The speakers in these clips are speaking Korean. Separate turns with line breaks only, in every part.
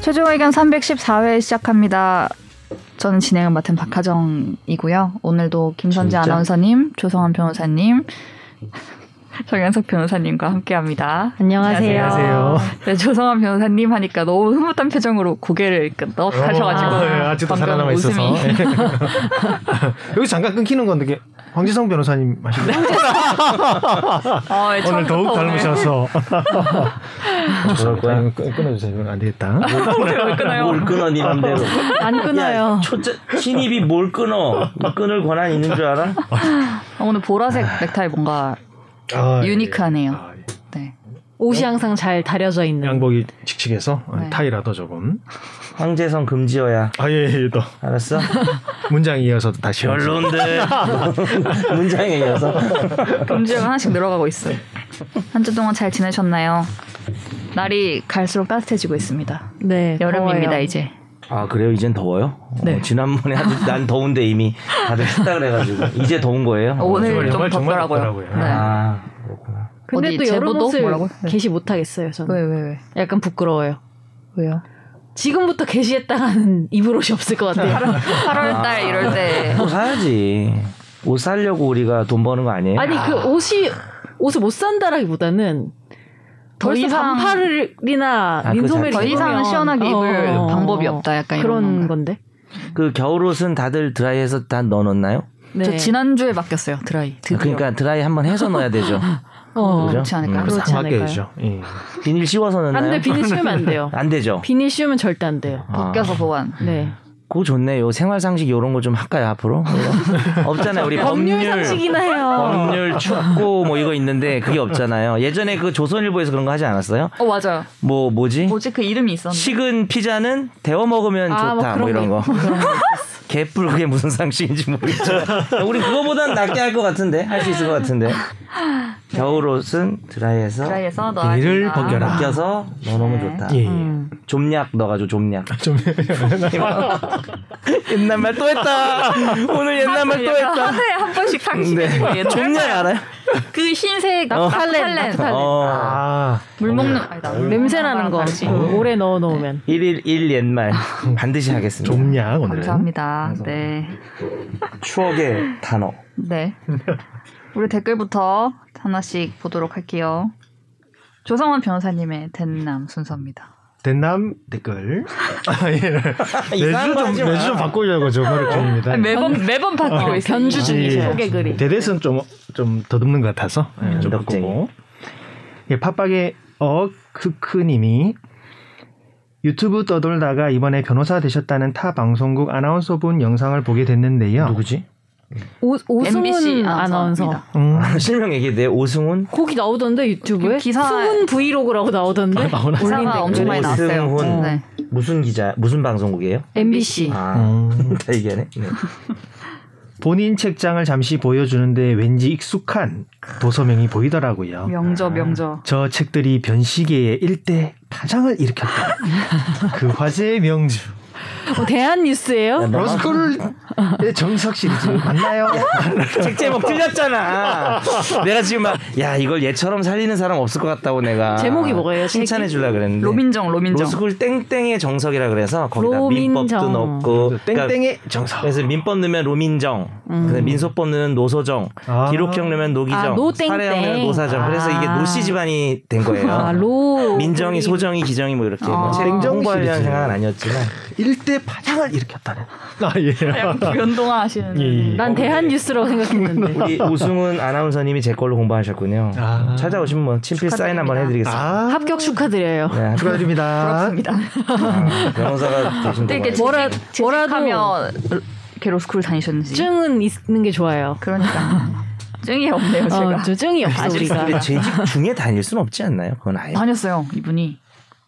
최종 의견 314회 시작합니다. 저는 진행을 맡은 박하정이고요. 오늘도 김선재
진짜?
아나운서님, 조성환 변호사님, 정현석 변호사님과 함께합니다.
안녕하세요.
안녕하세요.
네, 조성환 변호사님 하니까 너무 흐뭇한 표정으로 고개를 끄덕하셔가지고
어, 예, 아직도
방금
살아남아 있어서. 네.
웃음이
여기 잠깐 끊기는 건데 이게 황지성 변호사님 하시는
어, 예,
오늘
네, 처음부터
더욱
오늘
닮으셔서.
아,
끊- 끊어주세요. 이건 안 되겠다.
뭐,
왜 끊어요?
뭘 끊어 니 맘대로
안 끊어요.
야, 초짜, 신입이 뭘 끊어 끊을 권한 있는 줄 알아?
어, 오늘 보라색 넥타이 뭔가
아, 예.
유니크하네요.
아, 예.
네.
옷이 항상 잘 다려져 있는.
양복이 칙칙해서 어,
네.
타이라도 조금.
황재성 금지어야
아 예, 예, 또
알았어?
문장 이어서 다시.
별론데 문장에 이어서
금지가 하나씩 늘어가고 있어요. 한 주 동안 잘 지내셨나요? 날이 갈수록 따뜻해지고 있습니다.
네,
여름입니다
더워요.
이제.
아 그래요 이젠 더워요? 어,
네.
지난번에 아주 난 더운데 이미 다들 했다 그래가지고 이제 더운 거예요?
어, 아, 오늘
정말,
좀
정말
덥더라고요.
덥더라고요.
네.
아 그렇구나
근데
어디
또 여름
제보도?
옷을
뭐라고요? 네.
게시 못 하겠어요. 저는
왜 왜 왜?
약간 부끄러워요.
왜요?
지금부터 게시했다가는 입을 옷이 없을 것 같아요.
8월 달 이럴 때
옷뭐 사야지 옷 사려고 우리가 돈 버는 거 아니에요?
아니 그 옷이 옷을 못 산다라기보다는
더
벌써
이상-
반팔이나
아,
민소매를
그거
더 이상은
입으면-
시원하게 입을
어, 어, 어.
방법이 없다 약간 이런
그런
건가.
건데.
그 겨울옷은 다들 드라이해서 다 넣어놓나요?
네.
저 지난주에 맡겼어요 드라이 드디어.
그러니까 드라이 한번 해서 넣어야 되죠
어.
그죠?
그렇지 않을까요?
음.
그렇지 않을까요?
해야죠. 예.
비닐 씌워서 넣나요?
안돼 비닐 씌우면 안 돼요.
안 되죠?
비닐 씌우면 절대 안 돼요.
아.
벗겨서 보완.
네.
그거 좋네요. 생활 상식 이런 거 좀 할까요 앞으로? 뭐 없잖아요. 어, 우리
법률 상식이나 해요.
법률, 축구 뭐 이거 있는데 그게 없잖아요. 예전에 그 조선일보에서 그런 거 하지 않았어요?
어 맞아요.
뭐 뭐지?
뭐지 그 이름이 있었는데.
식은 피자는 데워 먹으면
아,
좋다
뭐
뭐
그런
이런 거. 개뿔 그게 무슨 상식인지 모르겠죠. 우리 그거보단 낫게 할 것 같은데 할 수 있을 것 같은데. 겨울 옷은 드라이해서
드라이에서 넣어야
비닐을
된다.
벗겨라.
벗겨서 넣어놓으면
아,
좋다.
예. 예.
음.
좀약 넣어가지고 좀약.
좀
옛날 말 또 했다. 오늘 옛날 말 또 했다.
하루에 아, 한 번씩 상식.
네. 좀약 알아요?
그 흰색
어.
나팔렌
어.
아.
물 먹는 아니다.
냄새 나는 거.
다르지.
그 오래 넣어 놓으면.
1일 1 옛말 반드시 하겠습니다.
좀냐 오늘은.
감사합니다. 네.
추억의 단어.
네. 우리 댓글부터 하나씩 보도록 할게요. 조성원 변호사님의 된남 순서입니다.
대남 댓글. 아, 예.
이상한
매주
거
좀
하지 마.
매주 좀 바꾸려고 저 노력 중입니다.
아, 매번 매번 바뀌고 있어요.
변주 중이세요. 소개 음, 글이.
예. 대대선 좀좀 더듬는 것 같아서 예, 좀
덕쟁이.
바꾸고. 예, 팟빵의 어크크님이 유튜브 떠돌다가 이번에 변호사 되셨다는 타 방송국 아나운서분 영상을 보게 됐는데요.
누구지?
오,
MBC
오승훈
아나운서입니다.
아나운서.
음,
실명 얘기돼 네, 오승훈.
거기 나오던데 유튜브에
그 기사-
승훈 브이로그라고 나오던데
나오나?
올린
기사가
댓글.
엄청 많이 나왔어요.
오승훈.
네.
무슨 기자 무슨 방송국이에요?
MBC
아.
음.
다 얘기하네. 네.
본인 책장을 잠시 보여주는데 왠지 익숙한 도서명이 보이더라고요.
명저 명저.
저 책들이 변시계의 일대 파장을 일으켰다. 그 화제의 명주.
어,
네,
대한뉴스예요?
러스쿨의 정석 시리즈 맞나요?
책 제목 틀렸잖아. 내가 지금 막 야 이걸 얘처럼 살리는 사람 없을 것 같다고 내가
제목이 뭐예요, 책이?
칭찬해 주려 고 그랬는데.
로민정 로민정.
네. 로스쿨 땡땡의 정석이라 그래서 거기다 민법도
로민정.
넣고 그러니까
땡땡의 정석.
그래서 민법 넣으면 로민정, 그다음에 민소법 넣으면 노소정,
아.
기록형 넣으면
아,
노기정,
노땡땡.
사례형 넣으면 노사정. 그래서 이게
아.
노씨 집안이 된 거예요.
아, 로
민정이, 소정이, 기정이 뭐 이렇게 뭐 책임
냉정
홍보하려는
시리즈.
생각은 아니었지만
일대 파장을 일으켰다는. 아 예.
약간 변동화 하시는.
예.
난 대한뉴스라고 생각했는데
우리 오승훈 아나운서님이 제 걸로 공부하셨군요.
아.
찾아오시면 뭐 친필 사인 한번 해드리겠습니다.
아
합격 축하드려요.
네,
축하드립니다.
부럽습니다.
아, 변호사가 되신
근데 이게
거
뭐라- 뭐라도-
뭐라하며 이렇게 로스쿨 다니셨는지.
증은 있는 게 좋아요.
그러니까. 증이 없네요 제가.
어, 저 증이 없어 우리가.
근데 재직 중에 다닐 수는 없지 않나요? 그건 아예.
다녔어요 이분이.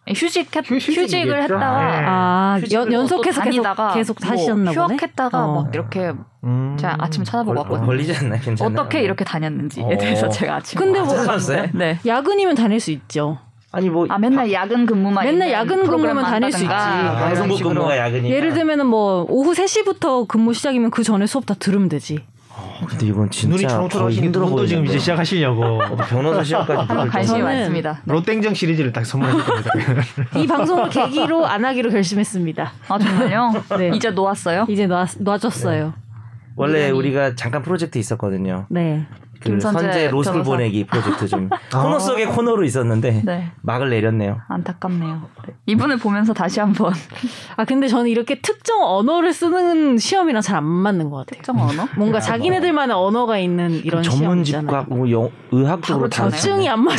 예, 휴직 휴직을
휴직이겠죠?
했다가.
예.
아
휴직을
연, 연속해서
또
계속
다니다가
계속
뭐
하셨나 보네.
휴학했다가
어.
막 이렇게
음.
제가 아침 찾아보고 왔거든요.
걸리지 않나요? 괜찮아요?
뭐 어떻게 이렇게 다녔는지에
어.
대해서 제가 아침.
근데 뭐-
찾아봤어요?
네.
야근이면 다닐 수 있죠.
아니 뭐
아 맨날 야근 근무만.
맨날
있는
야근 근무만
프로그램만
다닐 수
한다든가
있지.
뭐
아,
이런
방송국
식으로.
네. 근무가 야근이니까
예를 들면은 뭐 오후 3시부터 근무 시작이면 그 전에 수업 다 들으면 되지.
근데 이건 진짜
눈이 초롱초롱
거의 힘들어
분도 지금 이제
보이는데. 어.
시작하시려고
변호사 시험까지
한번
붙을
관심이
정도.
저는-
많습니다.
롯땡정 시리즈를 딱 선물해 겁니다.
이 방송을 계기로 안 하기로 결심했습니다.
아 정말요?
네.
이제 놓았어요?
이제 놔, 놔줬어요.
원래 우리가 잠깐 프로젝트 있었거든요.
네.
그
김선재
선제 로스쿨
변호사.
보내기 프로젝트 좀
아.
코너 속의 코너로 있었는데
네.
막을 내렸네요.
안타깝네요. 이분을 보면서 다시 한번
아 근데 저는 이렇게 특정 언어를 쓰는 시험이랑 잘 안 맞는 것 같아요.
특정 언어?
뭔가 자기네들만의 언어가 있는 이런
전문
시험이잖아요.
집과 뭐 영- 의학 쪽으로
바로
다
전에.
증이 안 맞아요.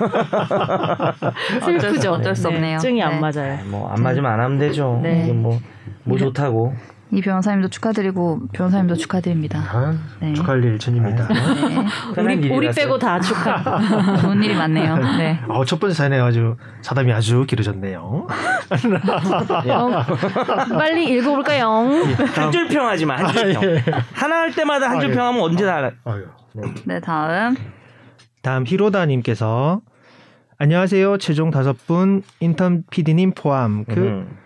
그래서 슬프죠.
어쩔 수
네,
없네요.
증이
네.
안 맞아요.
뭐안 맞으면 안 하면 되죠.
네.
이게 뭐, 뭐 좋다고.
이 변호사님도 축하드리고 변호사님도 축하드립니다.
아,
네.
축하할 일 전입니다.
편한
우리 우리
일이라서.
빼고 다 축하.
좋은 일이 많네요. 네.
어, 첫 번째 사연에 아주 사담이 아주 길어졌네요.
빨리 읽어볼까요?
한 줄 평하지 마. 한 줄 평. 하나 할 때마다 한
예. 아,
줄
예.
평하면 언제 다 알아.
아유.
네 다음
다음 히로다님께서 안녕하세요. 최종 다섯 분 인턴 PD님 포함 그
음.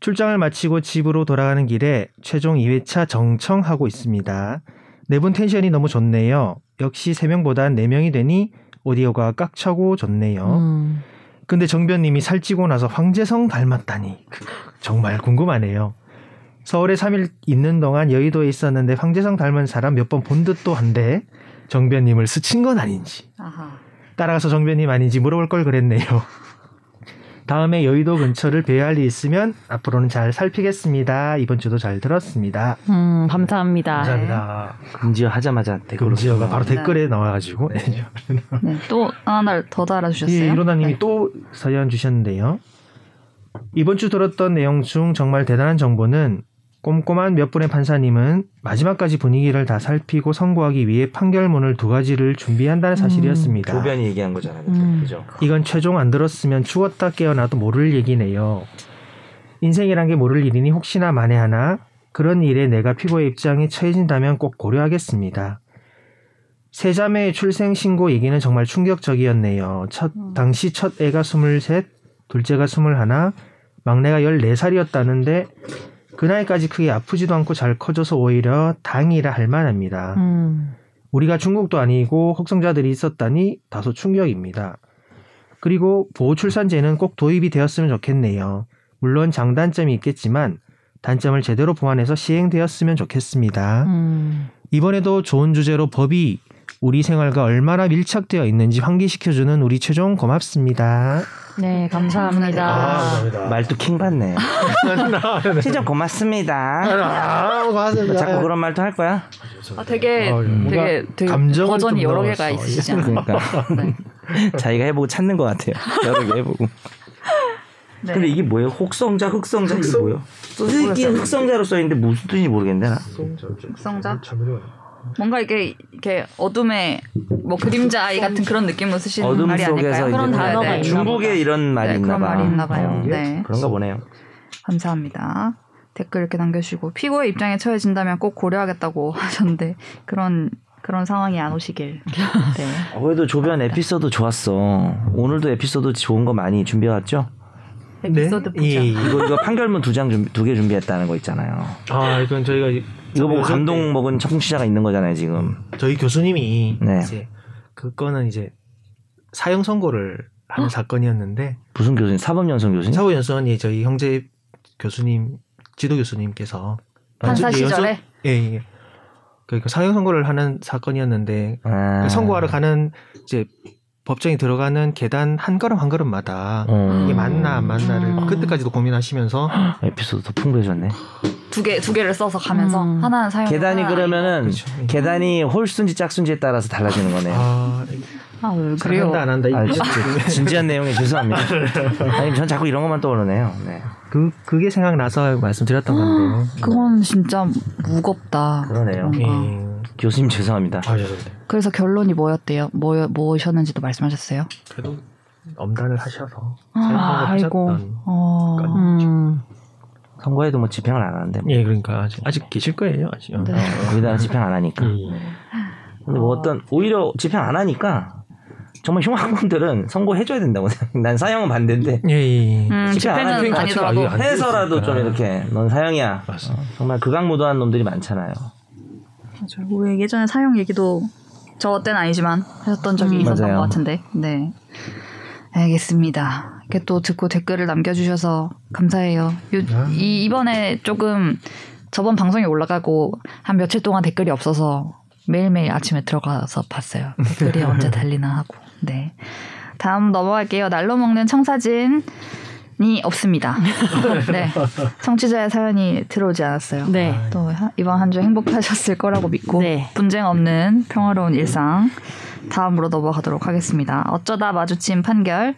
출장을 마치고 집으로 돌아가는 길에 최종 2회차 정청하고 있습니다. 네 분 텐션이 너무 좋네요. 역시 세명보단네명이 되니 오디오가 꽉 차고 좋네요.
음.
근데 정변님이 살찌고 나서 황재성 닮았다니 그, 정말 궁금하네요. 서울에 3일 있는 동안 여의도에 있었는데 황재성 닮은 사람 몇 번 본 듯도 한데 정변님을 스친 건 아닌지
아하.
따라가서 정변님 아닌지 물어볼 걸 그랬네요. 다음에 여의도 근처를 배회할 일이 있으면 앞으로는 잘 살피겠습니다. 이번 주도 잘 들었습니다.
음, 감사합니다.
감사합니다.
금지어 하자마자 댓글로.
금지어가 바로
아, 네.
댓글에 나와가지고 네.
네, 또 하나 더 달아주셨어요.
예, 이로나님이
네.
또 사연 주셨는데요. 이번 주 들었던 내용 중 정말 대단한 정보는 꼼꼼한 몇 분의 판사님은 마지막까지 분위기를 다 살피고 선고하기 위해 판결문을 두 가지를 준비한다는 사실이었습니다.
조변이 얘기한 거잖아요.
음.
그죠?
이건 최종 안 들었으면 죽었다 깨어나도 모를 얘기네요. 인생이란 게 모를 일이니 혹시나 만에 하나 그런 일에 내가 피고의 입장에 처해진다면 꼭 고려하겠습니다. 세자매의 출생 신고 얘기는 정말 충격적이었네요. 첫 당시 첫 애가 23, 둘째가 21, 막내가 14살이었다는데 그 나이까지 크게 아프지도 않고 잘 커져서 오히려 다행이라 할 만합니다.
음.
우리가 중국도 아니고 혹성자들이 있었다니 다소 충격입니다. 그리고 보호출산제는 꼭 도입이 되었으면 좋겠네요. 물론 장단점이 있겠지만 단점을 제대로 보완해서 시행되었으면 좋겠습니다.
음.
이번에도 좋은 주제로 법이 우리 생활과 얼마나 밀착되어 있는지 환기시켜주는 우리 최종 고맙습니다.
네, 감사합니다.
아,
말도 킹 받네. 시청 고맙습니다.
아, 고맙습니다.
자꾸 음. 그런 말도 할 거야?
아, 되게
어, 뭔가
되게 되게
감정을
버전이
좀
여러 개가
넣었어. 예. 아,
있으시지 않나요?
그러니까.
네.
자기가 해보고 찾는 것 같아요. 여러 개 해보고.
네.
근데 이게 뭐예요? 혹성자, 흑성자 이게 뭐예요? 쓰기 흑성자로 써 있는데 무슨 뜻인지 모르겠네. 나.
육성자?
아,
뭔가 이게 이렇게 어둠의 뭐 그림자 아이 같은 그런 느낌으로 쓰시는
어둠
말이
속에서
아닐까요?
이제
그런 단어가
네, 네.
있나
중국에
보다.
이런 말이
네,
있나
그런
봐.
말이 있나 봐요.
어,
네.
그런가 보네요.
감사합니다. 댓글 이렇게 남겨주시고 피고의 입장에 처해진다면 꼭 고려하겠다고 하셨는데 그런 그런 상황이 안 오시길. 네.
어, 그래도 조변 에피소드 좋았어. 오늘도 에피소드 좋은 거 많이 준비해 왔죠?
네?
에피소드 보자.
예.
이거 이거 판결문 두 장 두 개 준비했다는 거 있잖아요.
아, 이건 저희가 이-
이거 보고
요즘
감동 먹은 청취자가 있는 거잖아요 지금.
저희 교수님이
네.
이제 그거는 이제 사형 선고를 하는 사건이었는데
무슨 교수님? 사법연수원 교수님?
사고 연수원이 저희 형제 교수님 지도 교수님께서
판사
아,
연수-
시절에
예, 예. 그러니까 사형 선고를 하는 사건이었는데 그
아.
선고하러 가는 이제 법정에 들어가는 계단 한 걸음 한 걸음마다
어.
이게 맞나 안 맞나를
음.
그때까지도 고민하시면서
아, 에피소드 더 풍부해졌네.
두 개 두 개를 써서 가면서
음.
하나는 사용.
계단이 그러면은
아, 그렇죠.
계단이 홀수인지 짝수인지에 따라서 달라지는 거네. 요
아 네.
아왜 그래요?
그래요 안 한다 이
아, 진- 진지한 내용에 죄송합니다.
네.
아니 전 자꾸 이런 것만 떠오르네요. 네.
그 그게 생각나서
음.
말씀드렸던 건데
그건 진짜 무겁다.
그러네요.
뭔가.
예.
교수님 죄송합니다.
아 죄송합니다
그래서 결론이 뭐였대요? 뭐 뭐셨는지도 말씀하셨어요?
그래도 엄단을 하셔서
아,
사형 선고를
아이고.
하셨던
어.
그러니까
음.
선거에도 뭐 집행을 안 하는데 뭐.
예, 그러니까 아직, 아직 계실 거예요, 아직.
네.
어, 거기다가 집행 안 하니까.
예.
근데 뭐
어.
어떤 오히려 집행 안 하니까 정말 흉악범들은 선고해줘야 된다고 생각. 난 사형은 반대인데
예, 예.
음,
집행 안 하는
집행은
행위
아니더라도
자체가 아예 안
해서라도 좀 이렇게 넌 사형이야.
맞습니다.
어, 정말 극악무도한 놈들이 많잖아요.
맞아요. 우리 예전에 사형 얘기도 저 때는 아니지만 하셨던 적이
음.
있었던
맞아요.
것 같은데. 네. 알겠습니다. 이렇게 또 듣고 댓글을 남겨주셔서 감사해요. 요-
아.
이, 이번에 조금 저번 방송에 올라가고 한 며칠 동안 댓글이 없어서 매일매일 아침에 들어가서 봤어요. 댓글이 언제 달리나 하고. 네. 다음 넘어갈게요. 날로 먹는 청사진이 없습니다. 네. 청취자의 사연이 들어오지 않았어요.
네.
아,
또 하- 이번 한 주 행복하셨을 거라고 믿고
네.
분쟁 없는 평화로운 일상 다음으로 넘어가도록 하겠습니다. 어쩌다 마주친 판결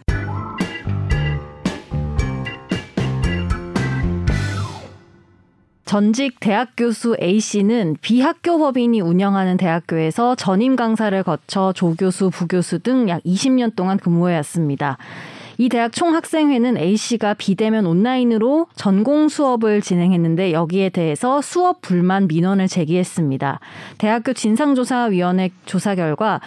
전직 대학 교수 A 씨는 비학교 법인이 운영하는 대학교에서 전임 강사를 거쳐 조교수, 부교수 등 약 20년 동안 근무해 왔습니다. 이 대학 총학생회는 A 씨가 비대면 온라인으로 전공 수업을 진행했는데 여기에 대해서 수업 불만 민원을 제기했습니다. 대학교 진상조사위원회 조사 결과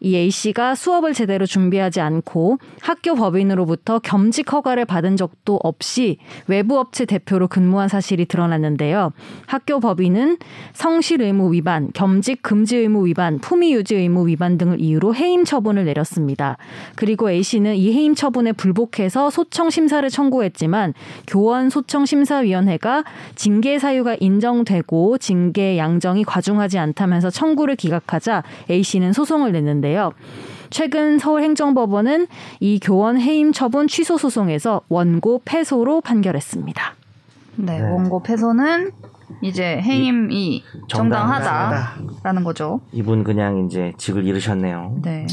이 E A 씨가 수업을 제대로 준비하지 않고 학교 법인으로부터 겸직 허가를 받은 적도 없이 외부 업체 대표로 근무한 사실이 드러났는데요. 학교 법인은 성실 의무 위반, 겸직 금지 의무 위반, 품위 유지 의무 위반 등을 이유로 해임 처분을 내렸습니다. 그리고 A 씨는 이 해임 처분에 불복해서 소청 심사를 청구했지만 교원 소청 심사위원회가 징계 사유가 인정되고 징계 양정이 과중하지 않다면서 청구를 기각하자 A 씨는 소송을 냈는데요. 최근 서울행정법원은 이 교원 해임 처분 취소 소송에서 원고 패소로 판결했습니다.
네,
네.
원고 패소는 이제 해임이
정당하다.
정당하다라는 거죠.
이분 그냥 이제 직을 잃으셨네요.
네.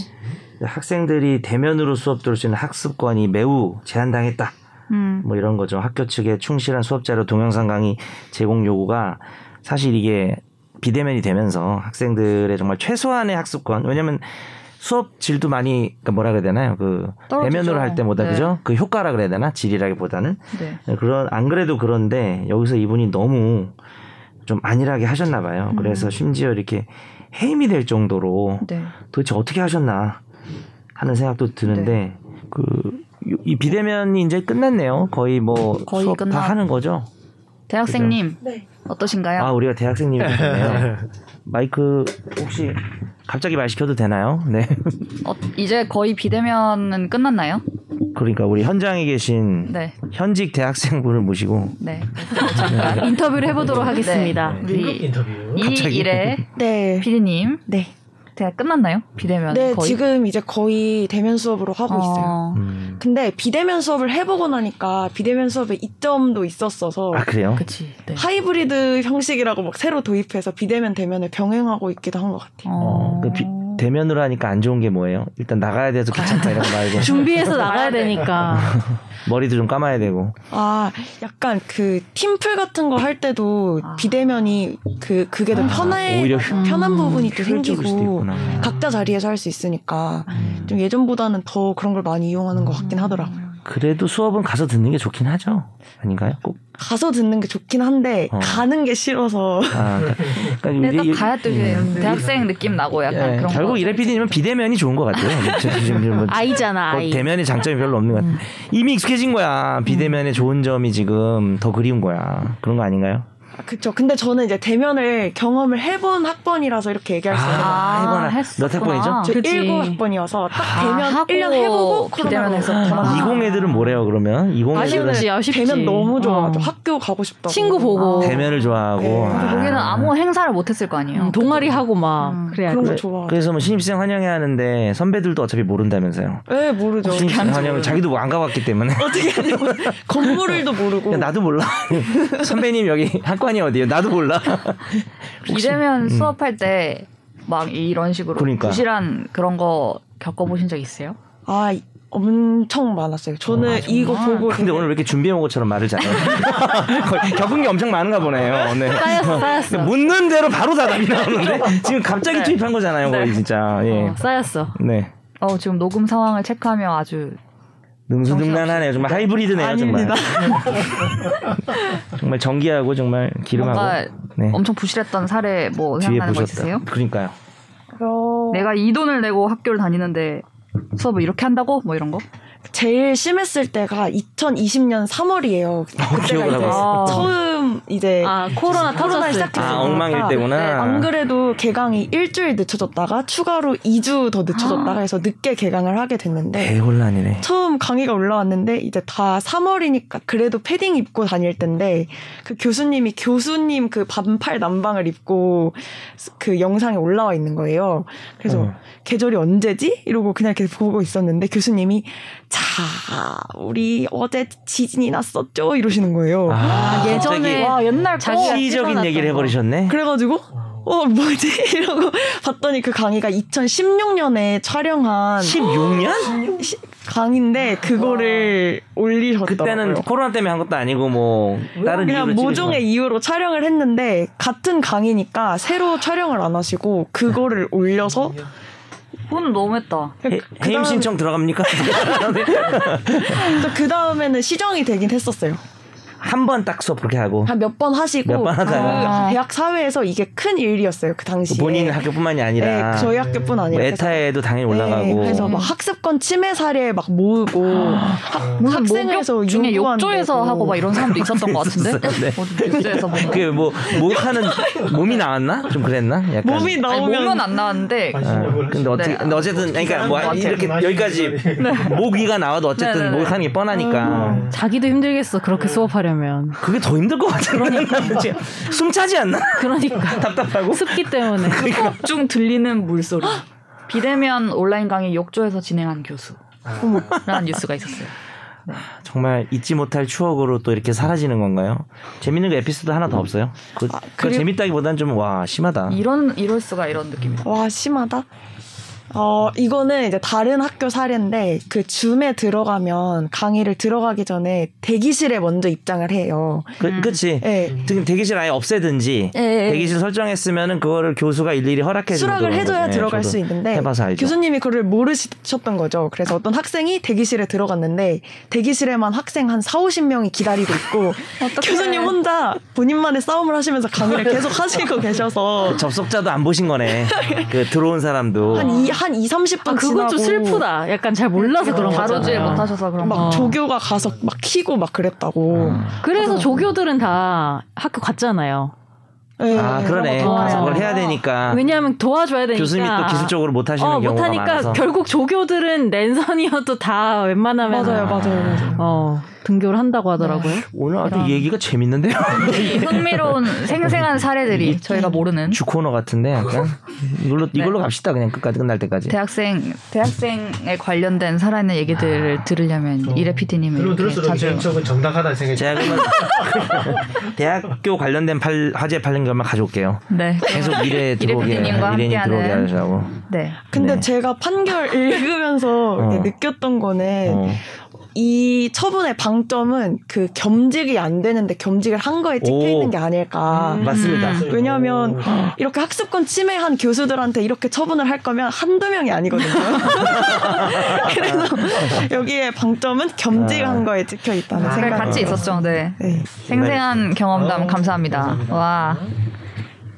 학생들이 대면으로 수업 들을 수 있는 학습권이 매우 제한당했다.
음.
뭐 이런 거죠. 학교 측의 충실한 수업자료 동영상 강의 제공 요구가 사실 이게 비대면이 되면서 학생들의 정말 최소한의 학습권. 왜냐면 수업 질도 많이 그러니까 뭐라 그래야 되나요? 그
떨어지죠.
대면으로 할 때보다
네.
그죠? 그 효과라 그래야 되나? 질이라기보다는
네.
그런 안 그래도 그런데 여기서 이분이 너무 좀 안일하게 하셨나 봐요. 그래서 심지어 이렇게 해임이 될 정도로
음. 네.
도대체 어떻게 하셨나 하는 생각도
네.
드는데 그 이 비대면이 이제 끝났네요. 거의 뭐
거의
수업
끝나-
다 하는 거죠.
대학생님
네.
어떠신가요?
아 우리가 대학생님이 되네요. 마이크 혹시 갑자기 말 시켜도 되나요? 네.
어, 이제 거의 비대면은 끝났나요?
그러니까 우리 현장에 계신
네.
현직 대학생분을 모시고
네.
인터뷰를 해보도록
네.
하겠습니다.
우리
인터뷰.
이
갑자기.
일에
네.
피디님
네.
대학 끝났나요? 비대면
네,
거의
지금 이제 거의 대면 수업으로 하고 있어요.
어,
음.
근데 비대면 수업을 해보고 나니까 비대면 수업의 이점도 있었어서
아 그래요?
그치. 네.
하이브리드 형식이라고 막 새로 도입해서 비대면 대면을 병행하고 있기도 한 것 같아요.
어, 그 비- 대면으로 하니까 안 좋은 게 뭐예요? 일단 나가야 돼서 귀찮다 이런 거 말고
준비해서 나가야 되니까.
머리도 좀 감아야 되고
아, 약간 그 팀플 같은 거 할 때도
아.
비대면이 그 그게 더 편해
아, 오히려 음,
편한 부분이 또
효율적일 수도
생기고
있구나.
각자 자리에서 할 수 있으니까
음.
좀 예전보다는 더 그런 걸 많이 이용하는 것 같긴 하더라고요.
그래도 수업은 가서 듣는 게 좋긴 하죠. 아닌가요? 꼭.
가서 듣는 게 좋긴 한데
어.
가는 게 싫어서
아, 그러니까, 그러니까
근데
우리-
딱 가야 또 이게 대학생 느낌 나고 약간
예,
그런
네. 결국
거.
이래 PD님은 비대면이 좋은 것 같아요. 지금- 지금 뭐
아이잖아,
뭐
아이.
대면의 장점이 별로 없는 것
음.
같아요. 이미 익숙해진 거야. 비대면의 좋은 점이 지금 더 그리운 거야. 그런 거 아닌가요?
그쵸. 근데 저는 이제 대면을 경험을 해본 학번이라서 이렇게 얘기할 수 있는 거
아,
해봐라. 몇
했었구나.
학번이죠?
저
그치. 아,
19학번이어서 딱 대면
아, 하고
1년 해보고
비대면 했었구나. 아.
20 애들은 뭐래요, 그러면? 20 애들은
아쉽지, 아쉽지.
대면 너무 좋아하죠.
어.
학교 가고 싶다고.
친구 보고
어, 대면을 좋아하고.
네.
아.
거기는 아무 행사를 못 했을 거 아니에요.
음, 동아리 하고 막
음.
그래야
그런
돼.
거 좋아하죠.
그래서 뭐 신입생 환영회 하는데 선배들도 어차피 모른다면서요.
그
예, 모르죠.
신입생 환영회 자기도 뭐안 가봤기 때문에.
어떻게 하는지 모르- 건물을도 모르고.
야, 나도 몰라. 선배님 여기 학관이 어디예요? 나도 몰라.
비대면 수업할 때 막 이런 식으로
음. 그러니까.
부실한 그런 거 겪어보신 적 있어요?
아, 이- 엄청 많았어요. 저는 이거 보고.
근데 오늘 왜 이렇게 준비해온 것처럼 말을 잘해요? 거의 겪은 게 엄청 많은가 보네요. 오늘.
쌓였어, 쌓였어.
근데 묻는 대로 바로 대답이 나오는데 지금 갑자기 투입한 거잖아요, 거의 진짜. 예.
어, 쌓였어.
네.
어 지금 녹음 상황을 체크하며 아주
능수능란하네요. 정말 하이브리드네요,
아닙니다.
정말. 정말 전기하고 정말 기름하고.
뭔가
네.
엄청 부실했던 사례 뭐
뒤에
생각나는 거
보셨다.
있으세요?
그러니까요.
그래서
내가 이 돈을 내고 학교를 다니는데 수업을 이렇게 한다고? 뭐 이런 거?
제일 심했을 때가 2020년 3월이에요. 그때가
어, 기억을 하고
이제
있어.
처음 이제
아 코로나
코로나
터졌을
네. 시작했어요.
아,
때.
엉망일
네,
때구나.
안 그래도 개강이 일주일 늦춰졌다가 추가로 2주 더 늦춰졌다가 해서 늦게 개강을 하게
아,
됐는데
대혼란이네.
처음 강의가 올라왔는데 이제 다 3월이니까 그래도 패딩 입고 다닐 텐데 그 교수님이 교수님 그 반팔 남방을 입고 스- 그 영상에 올라와 있는 거예요. 그래서
어.
계절이 언제지? 이러고 그냥 이렇게 보고 있었는데 교수님이 자 우리 어제 지진이 났었죠 이러시는 거예요.
아,
예전에
와 옛날
자기가
거.
시적인 얘기를 해버리셨네.
그래가지고 어 뭐지 이러고 봤더니 그 강의가 2016년에 촬영한
16년?
시- 강의인데 그거를 올리셨더라고요.
아. 그때는 코로나 때문에 한 것도 아니고 뭐 다른
어. 그냥
이유로 찍으신
모종의 이유로 촬영을 했는데 같은 강의니까 새로 촬영을 안 하시고 그거를 올려서
아.
돈 너무했다.
거. 해- 해임 신청 들어갑니까?
그 다음에는 시정이 되긴 했었어요.
한 번 딱 수업 그렇게 하고
한 몇 번 하시고
몇번 하다가.
그 대학 사회에서 이게 큰 일이었어요 그 당시에.
본인 학교뿐만이 아니라
네, 저희 학교뿐
뭐
아니라 그래서-
에타에도 당연히 올라가고
네, 그래서 막 학습권 침해 사례 막 모으고
아.
학,
무슨
학생회에서
뭐 목욕 중에
요구한
욕조에서
거고.
하고 막 이런 사람도 있었던 것 같은데.
있었어요, 네.
어디 뉴스에서 보면.
그게 뭐 목욕하는 몸이 나왔나? 좀 그랬나? 약간
몸이
아니,
나오면
몸은 안 나왔는데
아니,
아, 근데 어떻게
네.
근데 어쨌든 그러니까 뭐
같아요.
이렇게 여기까지 모기가 나와도
네,
어쨌든 뭐
네, 네.
목욕하는 게
음.
뻔하니까
자기도 힘들겠어 그렇게 수업하려면.
그게 더 힘들 것 같은데 숨 차지 않나?
그러니까
답답하고
습기 때문에.
수업 중 들리는 물소리. 비대면 온라인 강의 욕조에서 진행한 교수라는 뉴스가 있었어요.
정말 잊지 못할 추억으로 또 이렇게 사라지는 건가요? 재밌는 거 에피소드 하나 더 없어요? 그, 그
아, 그리고-
재밌다기보단 좀 와 심하다.
이런 이럴 수가 이런 느낌이다.
와 심하다. 어 이거는 이제 다른 학교 사례인데 그 줌에 들어가면 강의를 들어가기 전에 대기실에 먼저 입장을 해요.
그, 그치?
예.
지금 대기실 아예 없애든지
예, 예.
대기실 설정했으면은 그거를 교수가 일일이 허락해 주는 네,
수락을 해줘야 들어갈 수 있는데
해봐서 알죠.
교수님이 그걸 모르셨던 거죠. 그래서 어떤 학생이 대기실에 들어갔는데 대기실에만 학생 한 4, 50명이 기다리고 있고 교수님 혼자 본인만의 싸움을 하시면서 강의를 계속 하시고 계셔서
어, 접속자도 안 보신 거네. 그 들어온 사람도
한 2, 한 2, 30분
아 그건 좀
지나고
슬프다. 약간 잘 몰라서 그런
바로
거잖아.
주에
뭐
못하셔서 그런
막
거.
어.
조교가 가서 막 키고 막 그랬다고.
음. 아.
그래서 조교들은 다 학교 갔잖아요.
예.
아 그러네.
그런
가서
것도
그걸
많아요. 그러니까.
해야 되니까
왜냐하면 도와줘야 되니까.
교수님이 또 기술적으로 못 하시는
어,
경우가
못하니까
많아서
결국 조교들은 랜선이어도 다 웬만하면
맞아요, 맞아요, 맞아요.
어 등교를 한다고 하더라고요.
오늘 아주
그러니까.
이런-
얘기가 재밌는데요.
이 흥미로운 생생한 사례들이 저희가 모르는
주 코너 같은데 약간 이걸로 이걸로 갑시다 그냥 끝까지 끝날 때까지.
대학생 대학생에 관련된 살아있는 얘기들을 들으려면 이래 PD님을
들어
이렇게
들을수록
자주
이제 쪽은 정당하다 생각이
제가 그러면 대학교 관련된 팔- 화제 팔린 것만 가져올게요.
네
계속 미래에 들어오게
PD님과
미래에 들어오게
함께하는-
하려고.
네.
근데
네.
제가 판결 읽으면서
어.
이렇게 느꼈던 거는
어.
이 처분의 방점은 그 겸직이 안 되는데 겸직을 한 거에 찍혀
오.
있는 게 아닐까.
음.
맞습니다.
음.
왜냐하면 이렇게 학습권 침해한 교수들한테 이렇게 처분을 할 거면 한두 명이 아니거든요. 그래서 여기에 방점은
아.
겸직한 거에 찍혀 있다는
아. 그래
아, 생각이
같이 있었죠. 네.
네.
생생한
아,
경험담 감사합니다. 와.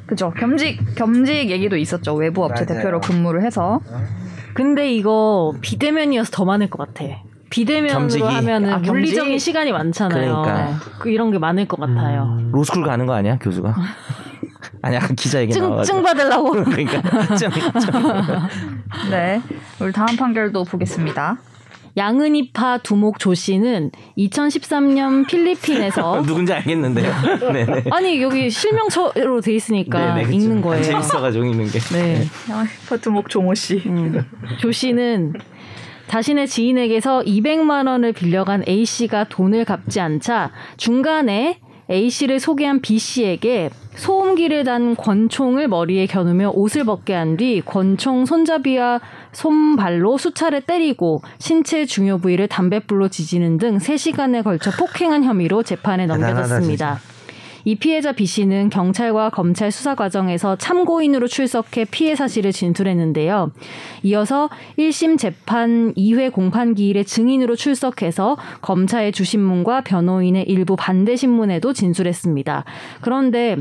그죠. 겸직 겸직 얘기도 있었죠. 외부 업체
맞아요.
대표로 근무를 해서
근데 이거 비대면이어서 더 많을 것 같아. 비대면으로
겸직이.
하면은
아, 겸직?
물리적인 시간이 많잖아요.
그러니까. 음.
그 이런 게 많을 것 같아요.
로스쿨 가는 거 아니야 교수가? 아니 아까 기자 얘기
증,
나와가지고.
증 받으려고.
그러니까 좀, 좀.
네. 우리 다음 판결도 보겠습니다.
양은이파 두목 조 씨는 2013년 필리핀에서
어, 누군지 알겠는데요. 네네.
아니 여기 실명처로 돼 있으니까
네네, 그쵸. 아,
읽는 거예요.
재밌어가지고 읽는 게.
네.
아, 퍼트목 종호 씨.
음. 조 씨는 자신의 지인에게서 200만 원을 빌려간 A 씨가 돈을 갚지 않자 중간에 A 씨를 소개한 B 씨에게 소음기를 단 권총을 머리에 겨누며 옷을 벗게 한 뒤 권총 손잡이와 손발로 수차례 때리고 신체 중요 부위를 담뱃불로 지지는 등 3시간에 걸쳐 폭행한 혐의로 재판에
대단하다,
넘겨졌습니다. 이 피해자 B 씨는 경찰과 검찰 수사 과정에서 참고인으로 출석해 피해 사실을 진술했는데요. 이어서 1심 재판 2회 공판 기일에 증인으로 출석해서 검찰의 주신문과 변호인의 일부 반대 신문에도 진술했습니다. 그런데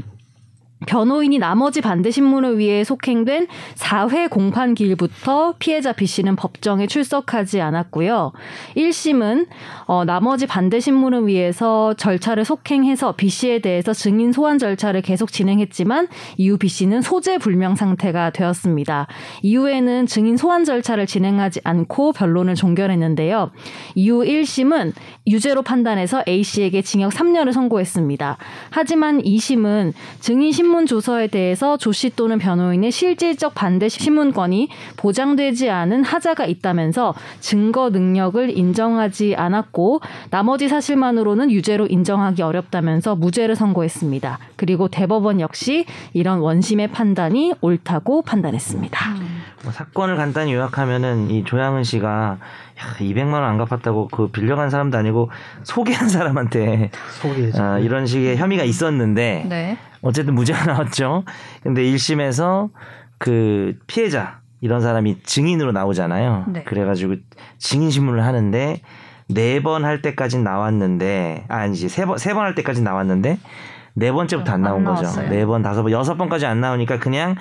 변호인이 나머지 반대 신문을 위해 속행된 4회 공판 기일부터 피해자 B 씨는 법정에 출석하지 않았고요. 1심은 어, 나머지 반대 신문을 위해서 절차를 속행해서 B 씨에 대해서 증인 소환 절차를 계속 진행했지만 이후 B 씨는 소재 불명 상태가 되었습니다. 이후에는 증인 소환 절차를 진행하지 않고 변론을 종결했는데요. 이후 1심은 유죄로 판단해서 A 씨에게 징역 3년을 선고했습니다. 하지만 2심은 증인 신문 조서에 대해서 조 씨 또는 변호인의 실질적 반대 신문권이 보장되지 않은 하자가 있다면서 증거 능력을 인정하지 않았고 나머지 사실만으로는 유죄로 인정하기 어렵다면서 무죄를 선고했습니다. 그리고 대법원 역시 이런 원심의 판단이 옳다고 판단했습니다.
뭐 사건을 간단히 요약하면은 이 조양은 씨가 야, 200만 원 안 갚았다고 그 빌려간 사람도 아니고 소개한 사람한테
소개해
아, 이런 식의 혐의가 있었는데
네.
어쨌든 무죄가 나왔죠. 근데 1심에서 그 피해자 이런 사람이 증인으로 나오잖아요.
네.
그래가지고 증인 신문을 하는데 네 번 할 때까지 나왔는데 아 아니지 세 번 세 번 할 때까지 나왔는데 네 번째부터
안
안 나온 거죠.
나왔어요.
네 번, 다섯 번, 여섯 번까지 안 나오니까 그냥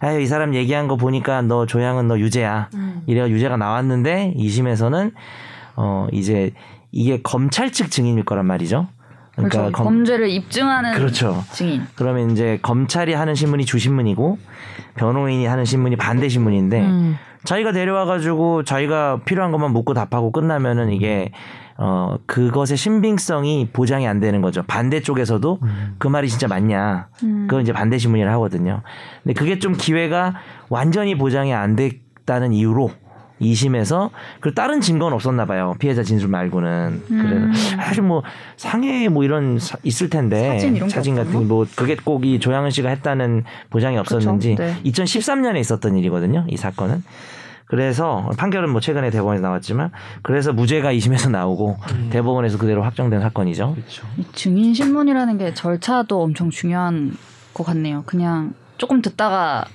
아이 사람 얘기한 거 보니까 너 조양은 너 유죄야.
음.
이래가 유죄가 나왔는데 2심에서는 어 이제 이게 검찰 측 증인일 거란 말이죠.
그렇죠.
그러니까 검-
범죄를 입증하는
그렇죠.
증인.
그러면 이제 검찰이 하는 신문이 주신문이고 변호인이 하는 신문이 반대 신문인데
음.
자기가 데려와가지고 자기가 필요한 것만 묻고 답하고 끝나면은 이게 어 그것의 신빙성이 보장이 안 되는 거죠. 반대 쪽에서도 그 말이 진짜 맞냐?
음.
그건 이제 반대 신문이라 하거든요. 근데 그게 좀 기회가 완전히 보장이 안 됐다는 이유로 2심에서 그 다른 증거는 없었나 봐요. 피해자 진술 말고는.
음.
그래서 사실 뭐 상해 뭐 이런 사- 있을 텐데
사진 이런 거
같은
없었나?
뭐 그게 꼭 이 조양은 씨가 했다는 보장이 없었는지
그쵸, 네.
2013년에 있었던 일이거든요. 이 사건은. 그래서 판결은 뭐 최근에 대법원에서 나왔지만 그래서 무죄가 2심에서 나오고 대법원에서 그대로 확정된 사건이죠.
그렇죠.
이 증인 신문이라는 게 절차도 엄청 중요한 것 같네요. 그냥 조금 듣다가